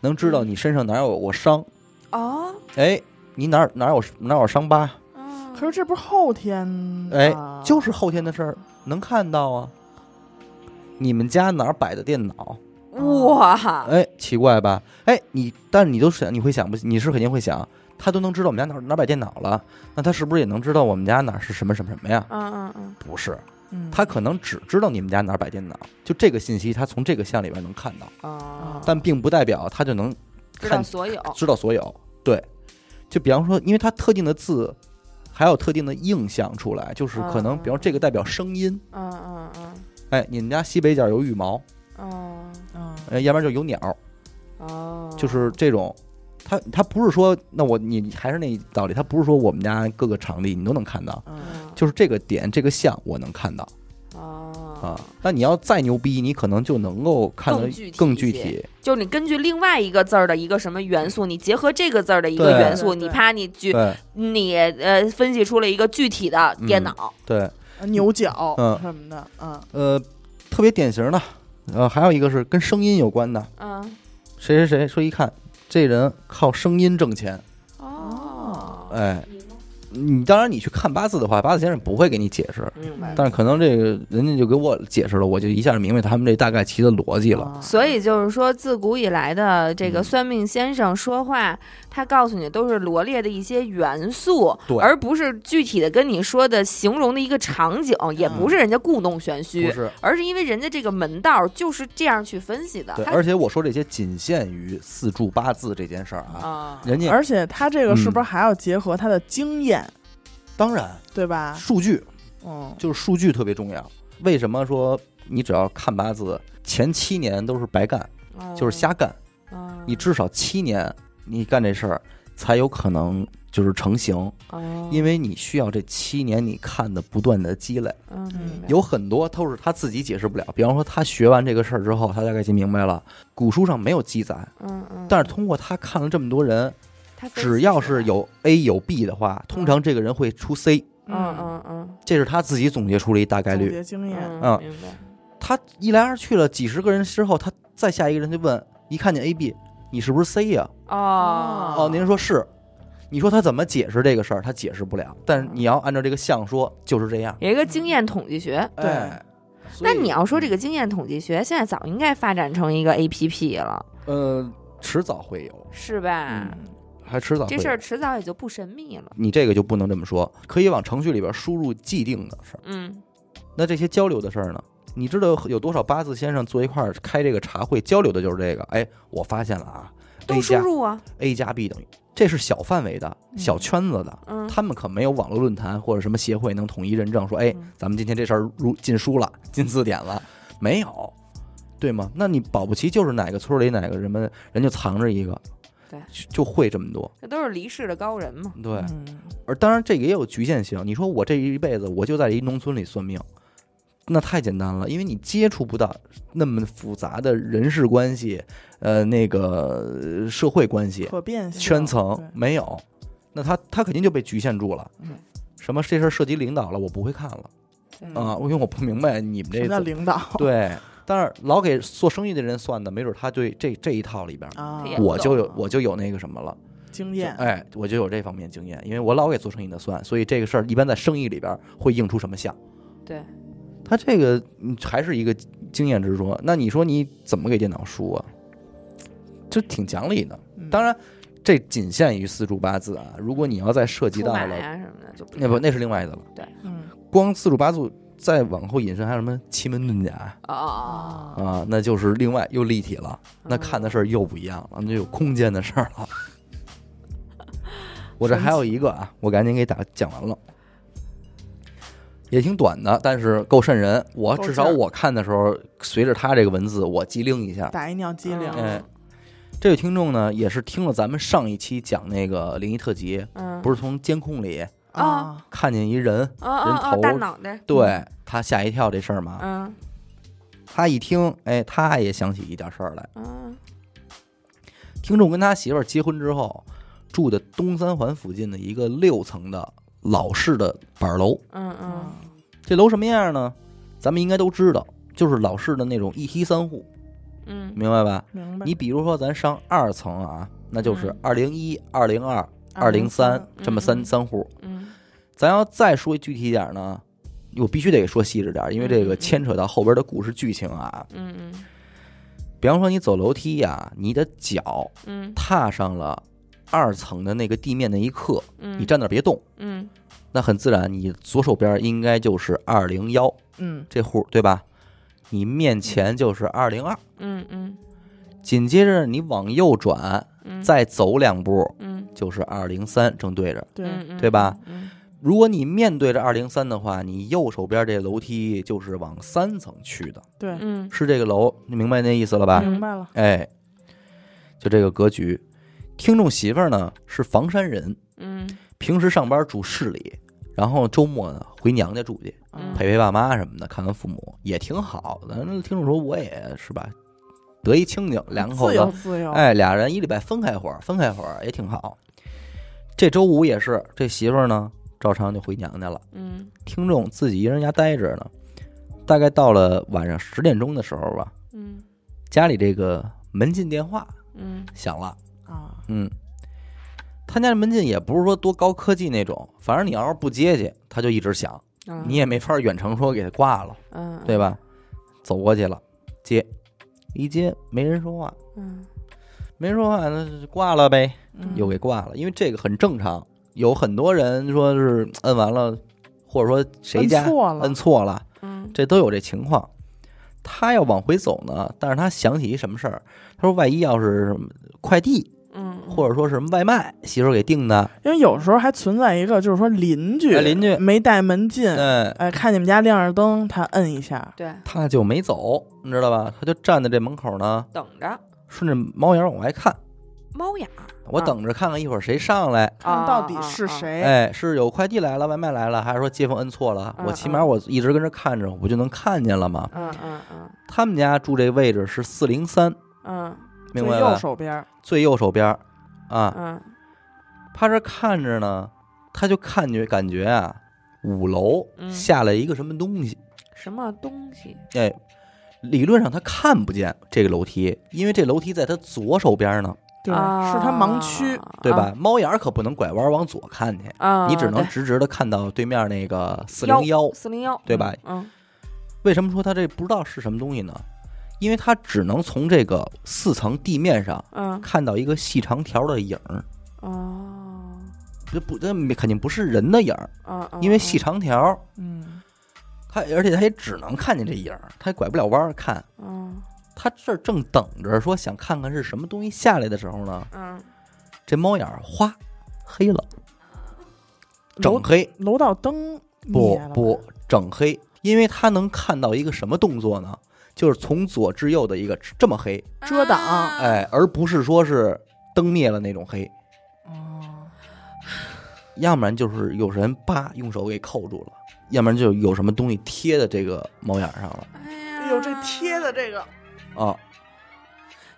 [SPEAKER 1] 能知道你身上哪儿有过伤，
[SPEAKER 3] 哦，
[SPEAKER 1] 哎，你哪儿哪儿有哪儿有伤疤，
[SPEAKER 3] 嗯
[SPEAKER 2] 可是这不是后天的嗯
[SPEAKER 1] 哎就是后天的事儿，能看到啊。你们家哪儿摆的电脑？
[SPEAKER 3] 哇，
[SPEAKER 1] 哎，奇怪吧？哎，你，但是你都想，你会想不？你是肯定会想，他都能知道我们家哪儿哪儿摆电脑了，那他是不是也能知道我们家哪儿是什么什么什么呀？
[SPEAKER 3] 嗯嗯嗯，
[SPEAKER 1] 不是，
[SPEAKER 2] 嗯
[SPEAKER 1] 他可能只知道你们家哪儿摆电脑，就这个信息，他从这个项里边能看到，
[SPEAKER 3] 哦，
[SPEAKER 1] 但并不代表他就能
[SPEAKER 3] 知道
[SPEAKER 1] 看
[SPEAKER 3] 所有，
[SPEAKER 1] 知道所有。对，就比方说，因为它特定的字，还有特定的印象出来，就是可
[SPEAKER 3] 啊
[SPEAKER 1] 能，比方这个代表声音，
[SPEAKER 3] 嗯嗯嗯
[SPEAKER 1] 哎，你们家西北角有羽毛，
[SPEAKER 3] 哦
[SPEAKER 2] 嗯
[SPEAKER 1] 呃，要不然就有鸟，
[SPEAKER 3] 啊哦，
[SPEAKER 1] 就是这种。它它不是说，那我你还是那道理，它不是说我们家各个场地你都能看到，
[SPEAKER 2] 嗯
[SPEAKER 3] 嗯
[SPEAKER 1] 就是这个点这个像我能看到
[SPEAKER 3] 哦
[SPEAKER 1] 啊。那你要再牛逼，你可能就能够看得
[SPEAKER 3] 更具体
[SPEAKER 1] 更
[SPEAKER 3] 一
[SPEAKER 1] 具
[SPEAKER 3] 些
[SPEAKER 1] 体。
[SPEAKER 3] 就是你根据另外一个字儿的一个什么元素，你结合这个字儿的一个
[SPEAKER 1] 对
[SPEAKER 3] 元素，
[SPEAKER 2] 对
[SPEAKER 3] 你
[SPEAKER 2] 对
[SPEAKER 3] 啪你举
[SPEAKER 1] 对
[SPEAKER 3] 你呃分析出了一个具体的电脑，
[SPEAKER 1] 对，
[SPEAKER 2] 呃牛角
[SPEAKER 1] 嗯
[SPEAKER 2] 什么的，嗯
[SPEAKER 1] 呃，特别典型的，呃，还有一个是跟声音有关的，
[SPEAKER 3] 嗯
[SPEAKER 1] 谁谁谁说一看这人靠声音挣钱，
[SPEAKER 3] 哦，
[SPEAKER 1] 哎，你当然你去看八字的话，八字先生不会给你解释，
[SPEAKER 3] 明白了。
[SPEAKER 1] 但是可能这个人家就给我解释了，我就一下就明白他们这大概其的逻辑了。
[SPEAKER 2] 啊
[SPEAKER 3] 所以就是说，自古以来的这个
[SPEAKER 1] 嗯
[SPEAKER 3] 算命先生说话，他告诉你都是罗列的一些元素，
[SPEAKER 1] 对
[SPEAKER 3] 而不是具体的跟你说的形容的一个场景，也不是人家故弄玄虚
[SPEAKER 1] 不，是，
[SPEAKER 3] 而是因啊为人家这个门道就是这样去分析的。
[SPEAKER 1] 对，
[SPEAKER 3] 他
[SPEAKER 1] 而且我说这些仅限于四柱八字这件事儿啊，
[SPEAKER 3] 啊，
[SPEAKER 1] 人家
[SPEAKER 2] 而且他这个是
[SPEAKER 1] 嗯
[SPEAKER 2] 不是还要结合他的经验，
[SPEAKER 1] 当然
[SPEAKER 2] 对吧？
[SPEAKER 1] 数据
[SPEAKER 2] 嗯，
[SPEAKER 1] 就是数据特别重要。为什么说你只要看八字，前七年都是白干，就是瞎干，
[SPEAKER 3] 哦，
[SPEAKER 1] 你至少七年你干这事儿才有可能就是成型。
[SPEAKER 3] 哦，
[SPEAKER 1] 因为你需要这七年你看的不断的积累，
[SPEAKER 3] 嗯明白
[SPEAKER 1] 有很多都是他自己解释不了。比方说，他学完这个事儿之后，他大概就明白了，古书上没有记载，
[SPEAKER 3] 嗯嗯，
[SPEAKER 1] 但是通过他看了这么多人，
[SPEAKER 3] 他分析
[SPEAKER 1] 只要
[SPEAKER 3] 出来
[SPEAKER 1] 是，有 A 有 B 的话，通常这个人会出 C，
[SPEAKER 3] 嗯嗯嗯，
[SPEAKER 1] 这是他自己总结出了一大概
[SPEAKER 2] 总
[SPEAKER 1] 率。
[SPEAKER 2] 结经验，
[SPEAKER 3] 嗯
[SPEAKER 1] 嗯
[SPEAKER 3] 明白，
[SPEAKER 1] 他一来二去了几十个人之后，他再下一个人就问，一看见 A B，你是不是 C 呀、
[SPEAKER 3] 哦
[SPEAKER 1] 哦，您说是。你说他怎么解释这个事儿？他解释不了，但是你要按照这个像说，就是这样。
[SPEAKER 3] 有一个经验统计学，
[SPEAKER 2] 对
[SPEAKER 1] 哎所
[SPEAKER 3] 那
[SPEAKER 1] 以
[SPEAKER 3] 你要说这个经验统计学，现在早应该发展成一个 A P P 了，
[SPEAKER 1] 呃，迟早会有，
[SPEAKER 3] 是吧？
[SPEAKER 1] 嗯，还迟早会
[SPEAKER 3] 这
[SPEAKER 1] 有
[SPEAKER 3] 事儿迟早也就不神秘了。
[SPEAKER 1] 你这个就不能这么说，可以往程序里边输入既定的事儿。
[SPEAKER 3] 嗯，
[SPEAKER 1] 那这些交流的事儿呢？你知道有多少八字先生坐一块儿开这个茶会交流的就是这个？哎，我发现了啊
[SPEAKER 3] 都
[SPEAKER 1] ，A
[SPEAKER 3] 输
[SPEAKER 1] 加
[SPEAKER 3] 入啊，
[SPEAKER 1] A 加 B 等于，这是小范围的、小圈子的，
[SPEAKER 3] 嗯，
[SPEAKER 1] 他们可没有网络论坛或者什么协会能统一认证说，哎
[SPEAKER 3] 嗯，
[SPEAKER 1] 咱们今天这事儿入进书了，进字典了，没有，对吗？那你保不齐就是哪个村儿里哪个人们人就藏着一个，
[SPEAKER 3] 对
[SPEAKER 1] 就，就会这么多，
[SPEAKER 3] 这都是离世的高人嘛。
[SPEAKER 1] 对。
[SPEAKER 2] 嗯，
[SPEAKER 1] 而当然，这个也有局限性。你说我这一辈子我就在一农村里算命，那太简单了，因为你接触不到那么复杂的人事关系，呃，那个呃社会关系
[SPEAKER 2] 可变性
[SPEAKER 1] 圈
[SPEAKER 2] 对
[SPEAKER 1] 层没有，那他他肯定就被局限住了
[SPEAKER 3] 嗯。
[SPEAKER 1] 什么这事儿涉及领导了，我不会看了啊，因为我不明白你们
[SPEAKER 2] 什
[SPEAKER 1] 这
[SPEAKER 2] 么叫
[SPEAKER 1] 怎么
[SPEAKER 2] 领导？
[SPEAKER 1] 对。但是老给做生意的人算的，没准他对这这一套里边，
[SPEAKER 2] 啊，
[SPEAKER 3] 也
[SPEAKER 1] 我就
[SPEAKER 3] 懂
[SPEAKER 1] 有我就有那个什么了。
[SPEAKER 2] 经
[SPEAKER 1] 就
[SPEAKER 2] 验，
[SPEAKER 1] 哎，我就有这方面经验，因为我老给做生意的算，所以这个事儿一般在生意里边会映出什么像。
[SPEAKER 3] 对，
[SPEAKER 1] 他这个嗯还是一个经验之说。那你说你怎么给电脑输啊？就挺讲理的。
[SPEAKER 2] 嗯
[SPEAKER 1] 当然，这仅限于四柱八字啊。如果你要再涉及
[SPEAKER 3] 出
[SPEAKER 1] 到
[SPEAKER 3] 马
[SPEAKER 1] 了，
[SPEAKER 3] 呀什么的就不
[SPEAKER 1] 那不那是另外的了。
[SPEAKER 2] 嗯
[SPEAKER 1] 光四柱八字再往后引申，还有什么奇门遁甲
[SPEAKER 3] 哦哦哦，
[SPEAKER 1] 啊？那就是另外又立体了，
[SPEAKER 3] 嗯
[SPEAKER 1] 那看的事儿又不一样了，那就有空间的事儿 了。我这还有一个啊，我赶紧给打讲完了，也挺短的，但是够瘆人。我
[SPEAKER 2] 够
[SPEAKER 1] 至少
[SPEAKER 2] 劲儿
[SPEAKER 1] 我看的时候，随着他这个文字，我机灵一下。
[SPEAKER 2] 打一尿
[SPEAKER 3] 嗯
[SPEAKER 2] 机灵，
[SPEAKER 1] 哎，这位听众呢，也是听了咱们上一期讲那个灵异特辑，
[SPEAKER 3] 嗯，
[SPEAKER 1] 不是从监控里
[SPEAKER 2] 啊，
[SPEAKER 1] 看见一人，
[SPEAKER 3] 哦哦哦，
[SPEAKER 1] 头啊
[SPEAKER 3] 大脑袋，
[SPEAKER 1] 对他吓一跳这事儿嘛。
[SPEAKER 3] 嗯
[SPEAKER 1] 他一听，哎，他也想起一点事儿来。
[SPEAKER 3] 嗯
[SPEAKER 1] 听众跟他媳妇儿结婚之后，住的东三环附近的一个六层的老式的板楼。
[SPEAKER 3] 嗯嗯，
[SPEAKER 2] 嗯
[SPEAKER 1] 这楼什么样呢？咱们应该都知道，就是老式的那种一梯三户，
[SPEAKER 3] 嗯，
[SPEAKER 1] 明白吧？
[SPEAKER 2] 明白。
[SPEAKER 1] 你比如说，咱上二层啊，那就是
[SPEAKER 3] 嗯
[SPEAKER 1] 二零一、二零二、二零三
[SPEAKER 3] 嗯
[SPEAKER 1] 这么三三户。
[SPEAKER 3] 嗯
[SPEAKER 1] 咱要再说具体点儿呢，我必须得说细致点儿，因为这
[SPEAKER 3] 嗯嗯
[SPEAKER 1] 个
[SPEAKER 3] 嗯
[SPEAKER 1] 牵扯到后边的故事剧情啊。
[SPEAKER 3] 嗯嗯
[SPEAKER 1] 比方说，你走楼梯呀、你的脚
[SPEAKER 3] 嗯
[SPEAKER 1] 踏上了二层的那个地面那一刻，
[SPEAKER 3] 嗯，
[SPEAKER 1] 你站那儿别动，
[SPEAKER 3] 嗯
[SPEAKER 1] 那很自然，你左手边应该就是二零幺
[SPEAKER 2] 嗯
[SPEAKER 1] 这户，对吧？你面前就是二零二，
[SPEAKER 3] 嗯嗯
[SPEAKER 1] 紧接着你往右转，
[SPEAKER 3] 嗯，
[SPEAKER 1] 再走两步
[SPEAKER 3] 嗯
[SPEAKER 1] 就是二零三，正对着。
[SPEAKER 2] 对，
[SPEAKER 3] 嗯
[SPEAKER 1] 对吧？
[SPEAKER 3] 嗯
[SPEAKER 1] 如果你面对着二零三的话，你右手边这楼梯就是往三层去的，
[SPEAKER 2] 对，
[SPEAKER 3] 嗯
[SPEAKER 1] 是这个楼，你明白那意思了吧？
[SPEAKER 2] 明白了，
[SPEAKER 1] 哎，就这个格局。听众媳妇儿呢是房山人，
[SPEAKER 3] 嗯
[SPEAKER 1] 平时上班住市里，然后周末呢回娘家住去。
[SPEAKER 3] 嗯
[SPEAKER 1] 陪陪爸妈什么的，看看父母也挺好的。那听众说我也是吧，得一清静，两口
[SPEAKER 2] 嗯自由
[SPEAKER 1] 子，
[SPEAKER 2] 自由，
[SPEAKER 1] 哎，俩人一礼拜分开会儿，分开会儿也挺好。这周五也是，这媳妇儿呢，照常就回娘家了。
[SPEAKER 3] 嗯
[SPEAKER 1] 听众自己一人家待着呢，大概到了晚上十点钟的时候吧，
[SPEAKER 3] 嗯
[SPEAKER 1] 家里这个门禁电话
[SPEAKER 3] 嗯
[SPEAKER 1] 响了。
[SPEAKER 2] 啊，
[SPEAKER 1] 嗯，他家的门禁也不是说多高科技那种，反正你要是不接去，他就一直响，
[SPEAKER 3] 嗯，
[SPEAKER 1] 你也没法远程说给他挂了。
[SPEAKER 3] 嗯
[SPEAKER 1] 对吧？走过去了，接，一接没人说话，
[SPEAKER 3] 嗯
[SPEAKER 1] 没人说话，那就挂了呗，
[SPEAKER 2] 嗯
[SPEAKER 1] 又给挂了，因为这个很正常。有很多人说是摁完了，或者说谁家
[SPEAKER 2] 摁错了
[SPEAKER 1] 摁错了，
[SPEAKER 3] 嗯
[SPEAKER 1] 这都有这情况。他要往回走呢，但是他想起一什么事儿，他说万一要是什么快递
[SPEAKER 3] 嗯
[SPEAKER 1] 或者说是什么外卖，媳妇儿给订的，
[SPEAKER 2] 因为有时候还存在一个，就是说邻居
[SPEAKER 1] 哎邻居
[SPEAKER 2] 没带门禁，
[SPEAKER 1] 嗯，
[SPEAKER 2] 哎，看你们家亮着灯，他摁一下，
[SPEAKER 3] 对
[SPEAKER 1] 他就没走，你知道吧？他就站在这门口呢，
[SPEAKER 3] 等着
[SPEAKER 1] 顺着猫眼儿往外看，
[SPEAKER 3] 猫眼
[SPEAKER 1] 我
[SPEAKER 3] 啊
[SPEAKER 1] 等着看看一会儿谁上来，
[SPEAKER 2] 看到底是谁，
[SPEAKER 1] 哎，是有快递来了，外卖来了，还是说街坊摁错了？
[SPEAKER 3] 嗯
[SPEAKER 1] 我起码我一直跟这看着，我不就能看见了吗？
[SPEAKER 3] 嗯嗯嗯
[SPEAKER 1] 他们家住这位置是四零三，
[SPEAKER 3] 嗯
[SPEAKER 1] 明
[SPEAKER 2] 最
[SPEAKER 1] 白
[SPEAKER 2] 右
[SPEAKER 1] 吧？
[SPEAKER 2] 手边儿，
[SPEAKER 1] 最右手边儿啊，
[SPEAKER 3] 嗯
[SPEAKER 1] 他这看着呢，他就看觉感觉啊，五楼
[SPEAKER 3] 嗯
[SPEAKER 1] 下来一个什么东西，
[SPEAKER 3] 什么东西
[SPEAKER 1] 哎，理论上他看不见这个楼梯，因为这楼梯在他左手边呢，
[SPEAKER 2] 对，
[SPEAKER 3] 啊
[SPEAKER 2] 是他盲区，
[SPEAKER 1] 对吧？猫眼儿可不能拐弯往左看去，
[SPEAKER 3] 啊，
[SPEAKER 1] 你只能直直的看到对面那个四零幺，
[SPEAKER 3] 四零幺
[SPEAKER 1] 对吧？
[SPEAKER 3] 嗯
[SPEAKER 1] 为什么说他这不知道是什么东西呢？因为他只能从这个四层地面上
[SPEAKER 3] 嗯
[SPEAKER 1] 看到一个细长条的影儿，
[SPEAKER 3] 哦
[SPEAKER 1] 这不这肯定不是人的影儿，
[SPEAKER 3] 哦，
[SPEAKER 1] 因为细长条，
[SPEAKER 2] 嗯，
[SPEAKER 1] 他而且他也只能看见这影儿，他也拐不了弯儿看。
[SPEAKER 3] 嗯
[SPEAKER 1] 他这儿正等着说想看看是什么东西下来的时候呢，
[SPEAKER 3] 嗯
[SPEAKER 1] 这猫眼儿哗黑了，整黑。
[SPEAKER 2] 楼道灯
[SPEAKER 1] 不
[SPEAKER 2] 灭了吧
[SPEAKER 1] 不，整黑，因为他能看到一个什么动作呢？就是从左至右的一个这么黑，
[SPEAKER 2] 遮挡
[SPEAKER 1] 哎，而不是说是灯灭了那种黑，
[SPEAKER 2] 哦，
[SPEAKER 3] 啊
[SPEAKER 1] 要不然就是有人叭用手给扣住了，要不然就有什么东西贴在这个猫眼上了
[SPEAKER 3] 哎
[SPEAKER 2] 哎呦，这贴的这个，
[SPEAKER 1] 啊，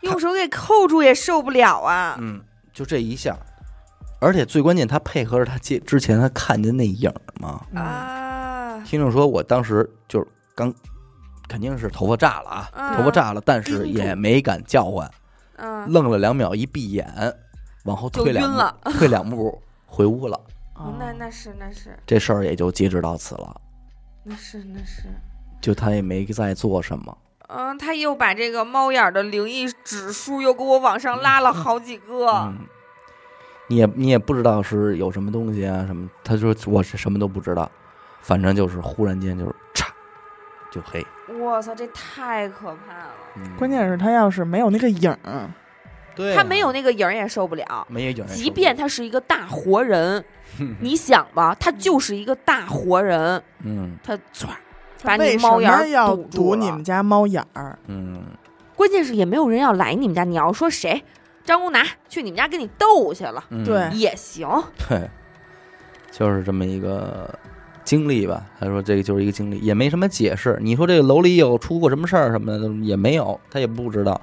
[SPEAKER 3] 用手给扣住也受不了啊！
[SPEAKER 1] 嗯，就这一下，而且最关键，他配合着他接之前他看见那影儿嘛，
[SPEAKER 2] 嗯
[SPEAKER 3] 啊，
[SPEAKER 1] 听众说我当时就是刚肯定是头发炸了啊，头发
[SPEAKER 3] 嗯
[SPEAKER 1] 炸了，但是
[SPEAKER 3] 盯住
[SPEAKER 1] 也没敢叫唤。
[SPEAKER 3] 嗯，
[SPEAKER 1] 愣了两秒，一闭眼，往后退两
[SPEAKER 3] 就 晕了
[SPEAKER 1] 步，退两步回屋了。
[SPEAKER 2] 哦
[SPEAKER 3] 那那是那是
[SPEAKER 1] 这事儿也就截止到此了，
[SPEAKER 3] 那是那是，
[SPEAKER 1] 就他也没再做什么。
[SPEAKER 3] 嗯，他又把这个猫眼儿的灵异指数又给我往上拉
[SPEAKER 2] 嗯
[SPEAKER 3] 了好几个，
[SPEAKER 1] 嗯，你也你也不知道是有什么东西啊什么，他说我是什么都不知道，反正就是忽然间就是嚓就黑。
[SPEAKER 2] 嗯
[SPEAKER 3] 我操，这太可怕了！
[SPEAKER 1] 嗯
[SPEAKER 2] 关键是他要是没有那个影儿，
[SPEAKER 1] 对啊
[SPEAKER 3] 他没有那个影儿也受不了，
[SPEAKER 1] 没有影儿，
[SPEAKER 3] 即便他是一个大 活人，你想吧，他就是一个大活人，
[SPEAKER 1] 嗯
[SPEAKER 3] 他唰儿
[SPEAKER 2] 他
[SPEAKER 3] 把你
[SPEAKER 2] 为什
[SPEAKER 3] 猫眼
[SPEAKER 2] 么
[SPEAKER 3] 儿
[SPEAKER 2] 要
[SPEAKER 3] 堵
[SPEAKER 2] 堵
[SPEAKER 3] 住
[SPEAKER 2] 你
[SPEAKER 3] 了
[SPEAKER 2] 们家猫眼儿？
[SPEAKER 1] 嗯，
[SPEAKER 3] 关键是也没有人要来你们家。你要说谁，张公拿去你们家跟你斗去了
[SPEAKER 1] 嗯
[SPEAKER 2] 对
[SPEAKER 3] 也行。
[SPEAKER 1] 对，就是这么一个经历吧。他说这个就是一个经历，也没什么解释。你说这个楼里有出过什么事儿什么的也没有，他也不知道。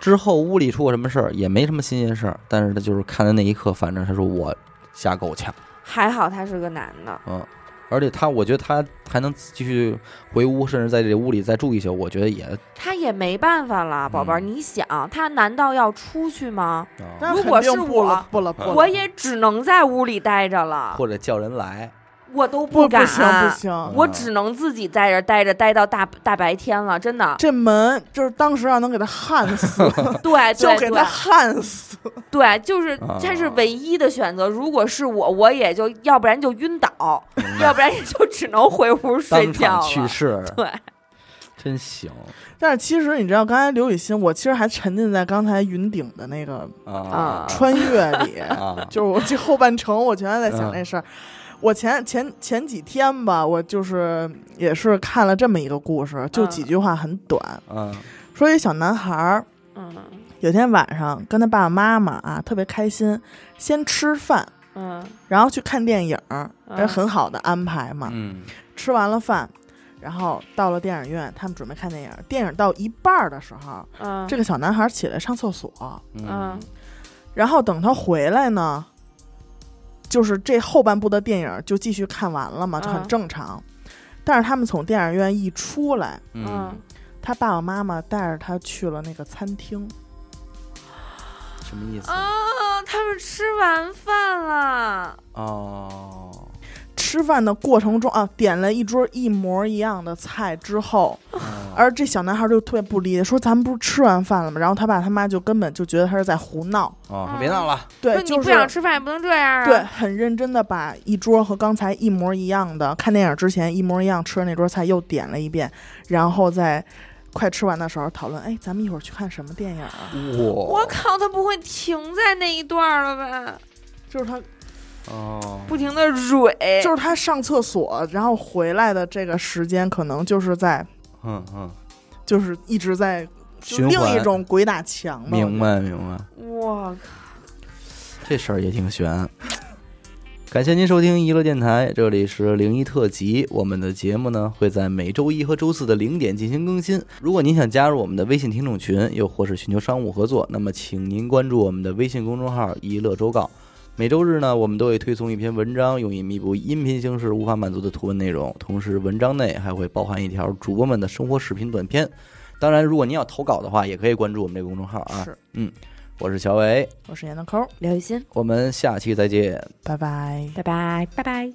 [SPEAKER 1] 之后屋里出过什么事儿也没什么新鲜事儿，但是他就是看的那一刻，反正他说我吓够呛，
[SPEAKER 3] 还好他是个男的，
[SPEAKER 1] 嗯。而且他，我觉得他还能继续回屋，甚至在这屋里再住一宿，我觉得也，
[SPEAKER 3] 他也没办法了，宝贝儿。
[SPEAKER 1] 嗯
[SPEAKER 3] 你想，他难道要出去吗？
[SPEAKER 1] 啊
[SPEAKER 2] 那
[SPEAKER 3] 如
[SPEAKER 2] 肯
[SPEAKER 3] 果
[SPEAKER 2] 定
[SPEAKER 3] 是
[SPEAKER 2] 不了
[SPEAKER 3] 我
[SPEAKER 2] 不了不了，
[SPEAKER 3] 我也只能在屋里待着了，
[SPEAKER 1] 或者叫人来，
[SPEAKER 3] 我都
[SPEAKER 2] 不
[SPEAKER 3] 敢。啊
[SPEAKER 2] 不行不行，
[SPEAKER 3] 我只能自己在这儿待着，待到大大白天了，真的。
[SPEAKER 2] 这门就是当时要能给他焊死，
[SPEAKER 3] 对
[SPEAKER 2] 就
[SPEAKER 3] 对
[SPEAKER 2] 给
[SPEAKER 3] 对
[SPEAKER 2] 他焊死。
[SPEAKER 3] 对，就是
[SPEAKER 1] 啊
[SPEAKER 3] 这是唯一的选择。如果是我，我也就要不然就晕倒，
[SPEAKER 1] 明白
[SPEAKER 3] 要不然也就只能回屋睡
[SPEAKER 1] 当
[SPEAKER 3] 觉
[SPEAKER 1] 场
[SPEAKER 3] 了。
[SPEAKER 1] 去世，
[SPEAKER 3] 对，
[SPEAKER 1] 真行
[SPEAKER 2] 但是其实你知道，刚才刘雨欣，我其实还沉浸在刚才云顶的那个
[SPEAKER 1] 啊
[SPEAKER 3] 啊
[SPEAKER 2] 穿越 里，
[SPEAKER 1] 啊！
[SPEAKER 2] 就是我这后半程，我全在想
[SPEAKER 1] 嗯
[SPEAKER 2] 这事儿。我前前前几天吧，我就是也是看了这么一个故事，就几
[SPEAKER 3] 嗯
[SPEAKER 2] 句话很短，
[SPEAKER 1] 嗯
[SPEAKER 2] 说一小男孩儿
[SPEAKER 3] 嗯
[SPEAKER 2] 有天晚上跟他爸爸妈妈啊特别开心，先吃饭，
[SPEAKER 3] 嗯
[SPEAKER 2] 然后去看电影儿，
[SPEAKER 3] 嗯
[SPEAKER 2] 这哎很好的安排嘛。
[SPEAKER 1] 嗯
[SPEAKER 2] 吃完了饭，然后到了电影院，他们准备看电影。电影到一半儿的时候，
[SPEAKER 3] 嗯，
[SPEAKER 2] 这个小男孩起来上厕所，
[SPEAKER 3] 嗯
[SPEAKER 2] 然后等他回来呢，就是这后半部的电影就继续看完了嘛，就很
[SPEAKER 3] 嗯
[SPEAKER 2] 正常。但是他们从电影院一出来，
[SPEAKER 3] 啊
[SPEAKER 1] 嗯，
[SPEAKER 2] 他爸爸妈妈带着他去了那个餐厅，
[SPEAKER 1] 什么意思？
[SPEAKER 3] 啊，
[SPEAKER 2] 嗯
[SPEAKER 3] 他们吃完饭了，
[SPEAKER 1] 哦，
[SPEAKER 2] 吃饭的过程中啊，点了一桌一模一样的菜之后，
[SPEAKER 1] 哦
[SPEAKER 3] 嗯
[SPEAKER 2] 而这小男孩就特别不理解，说咱们不是吃完饭了吗？然后他爸他妈就根本就觉得他是在胡闹，
[SPEAKER 1] 哦，别闹了，
[SPEAKER 2] 对，
[SPEAKER 3] 说你
[SPEAKER 2] 就
[SPEAKER 3] 不
[SPEAKER 2] 是
[SPEAKER 3] 想吃饭也不能这样啊。
[SPEAKER 2] 对，很认真的把一桌和刚才一模一样的看电影之前一模一样吃的那桌菜又点了一遍，然后在快吃完的时候讨论，哎，咱们一会儿去看什么电影啊？
[SPEAKER 3] 我
[SPEAKER 1] 我
[SPEAKER 3] 靠，他不会停在那一段儿了吧？
[SPEAKER 2] 就是他，
[SPEAKER 1] 哦，
[SPEAKER 3] 不停的蕊，
[SPEAKER 2] 就是他上厕所，然后回来的这个时间，可能就是在，
[SPEAKER 1] 嗯嗯，
[SPEAKER 2] 就是一直在就
[SPEAKER 1] 循
[SPEAKER 2] 另
[SPEAKER 1] 环
[SPEAKER 2] 一种鬼打墙嘛。
[SPEAKER 1] 明白明白，
[SPEAKER 3] 我靠，
[SPEAKER 1] 这事儿也挺悬。感谢您收听娱乐电台，这里是零一特辑。我们的节目呢会在每周一和周四的零点进行更新。如果您想加入我们的微信听众群，又或是寻求商务合作，那么请您关注我们的微信公众号“一乐周告”。每周日呢，我们都会推送一篇文章，用以弥补音频形式无法满足的图文内容。同时，文章内还会包含一条主播们的生活视频短片。当然，如果您要投稿的话，也可以关注我们这个公众号啊。
[SPEAKER 2] 是，
[SPEAKER 1] 我是小伟，
[SPEAKER 2] 我是闫德抠，
[SPEAKER 3] 刘雨欣，
[SPEAKER 1] 我们下期再见。
[SPEAKER 2] 拜拜。
[SPEAKER 3] 拜拜，拜拜。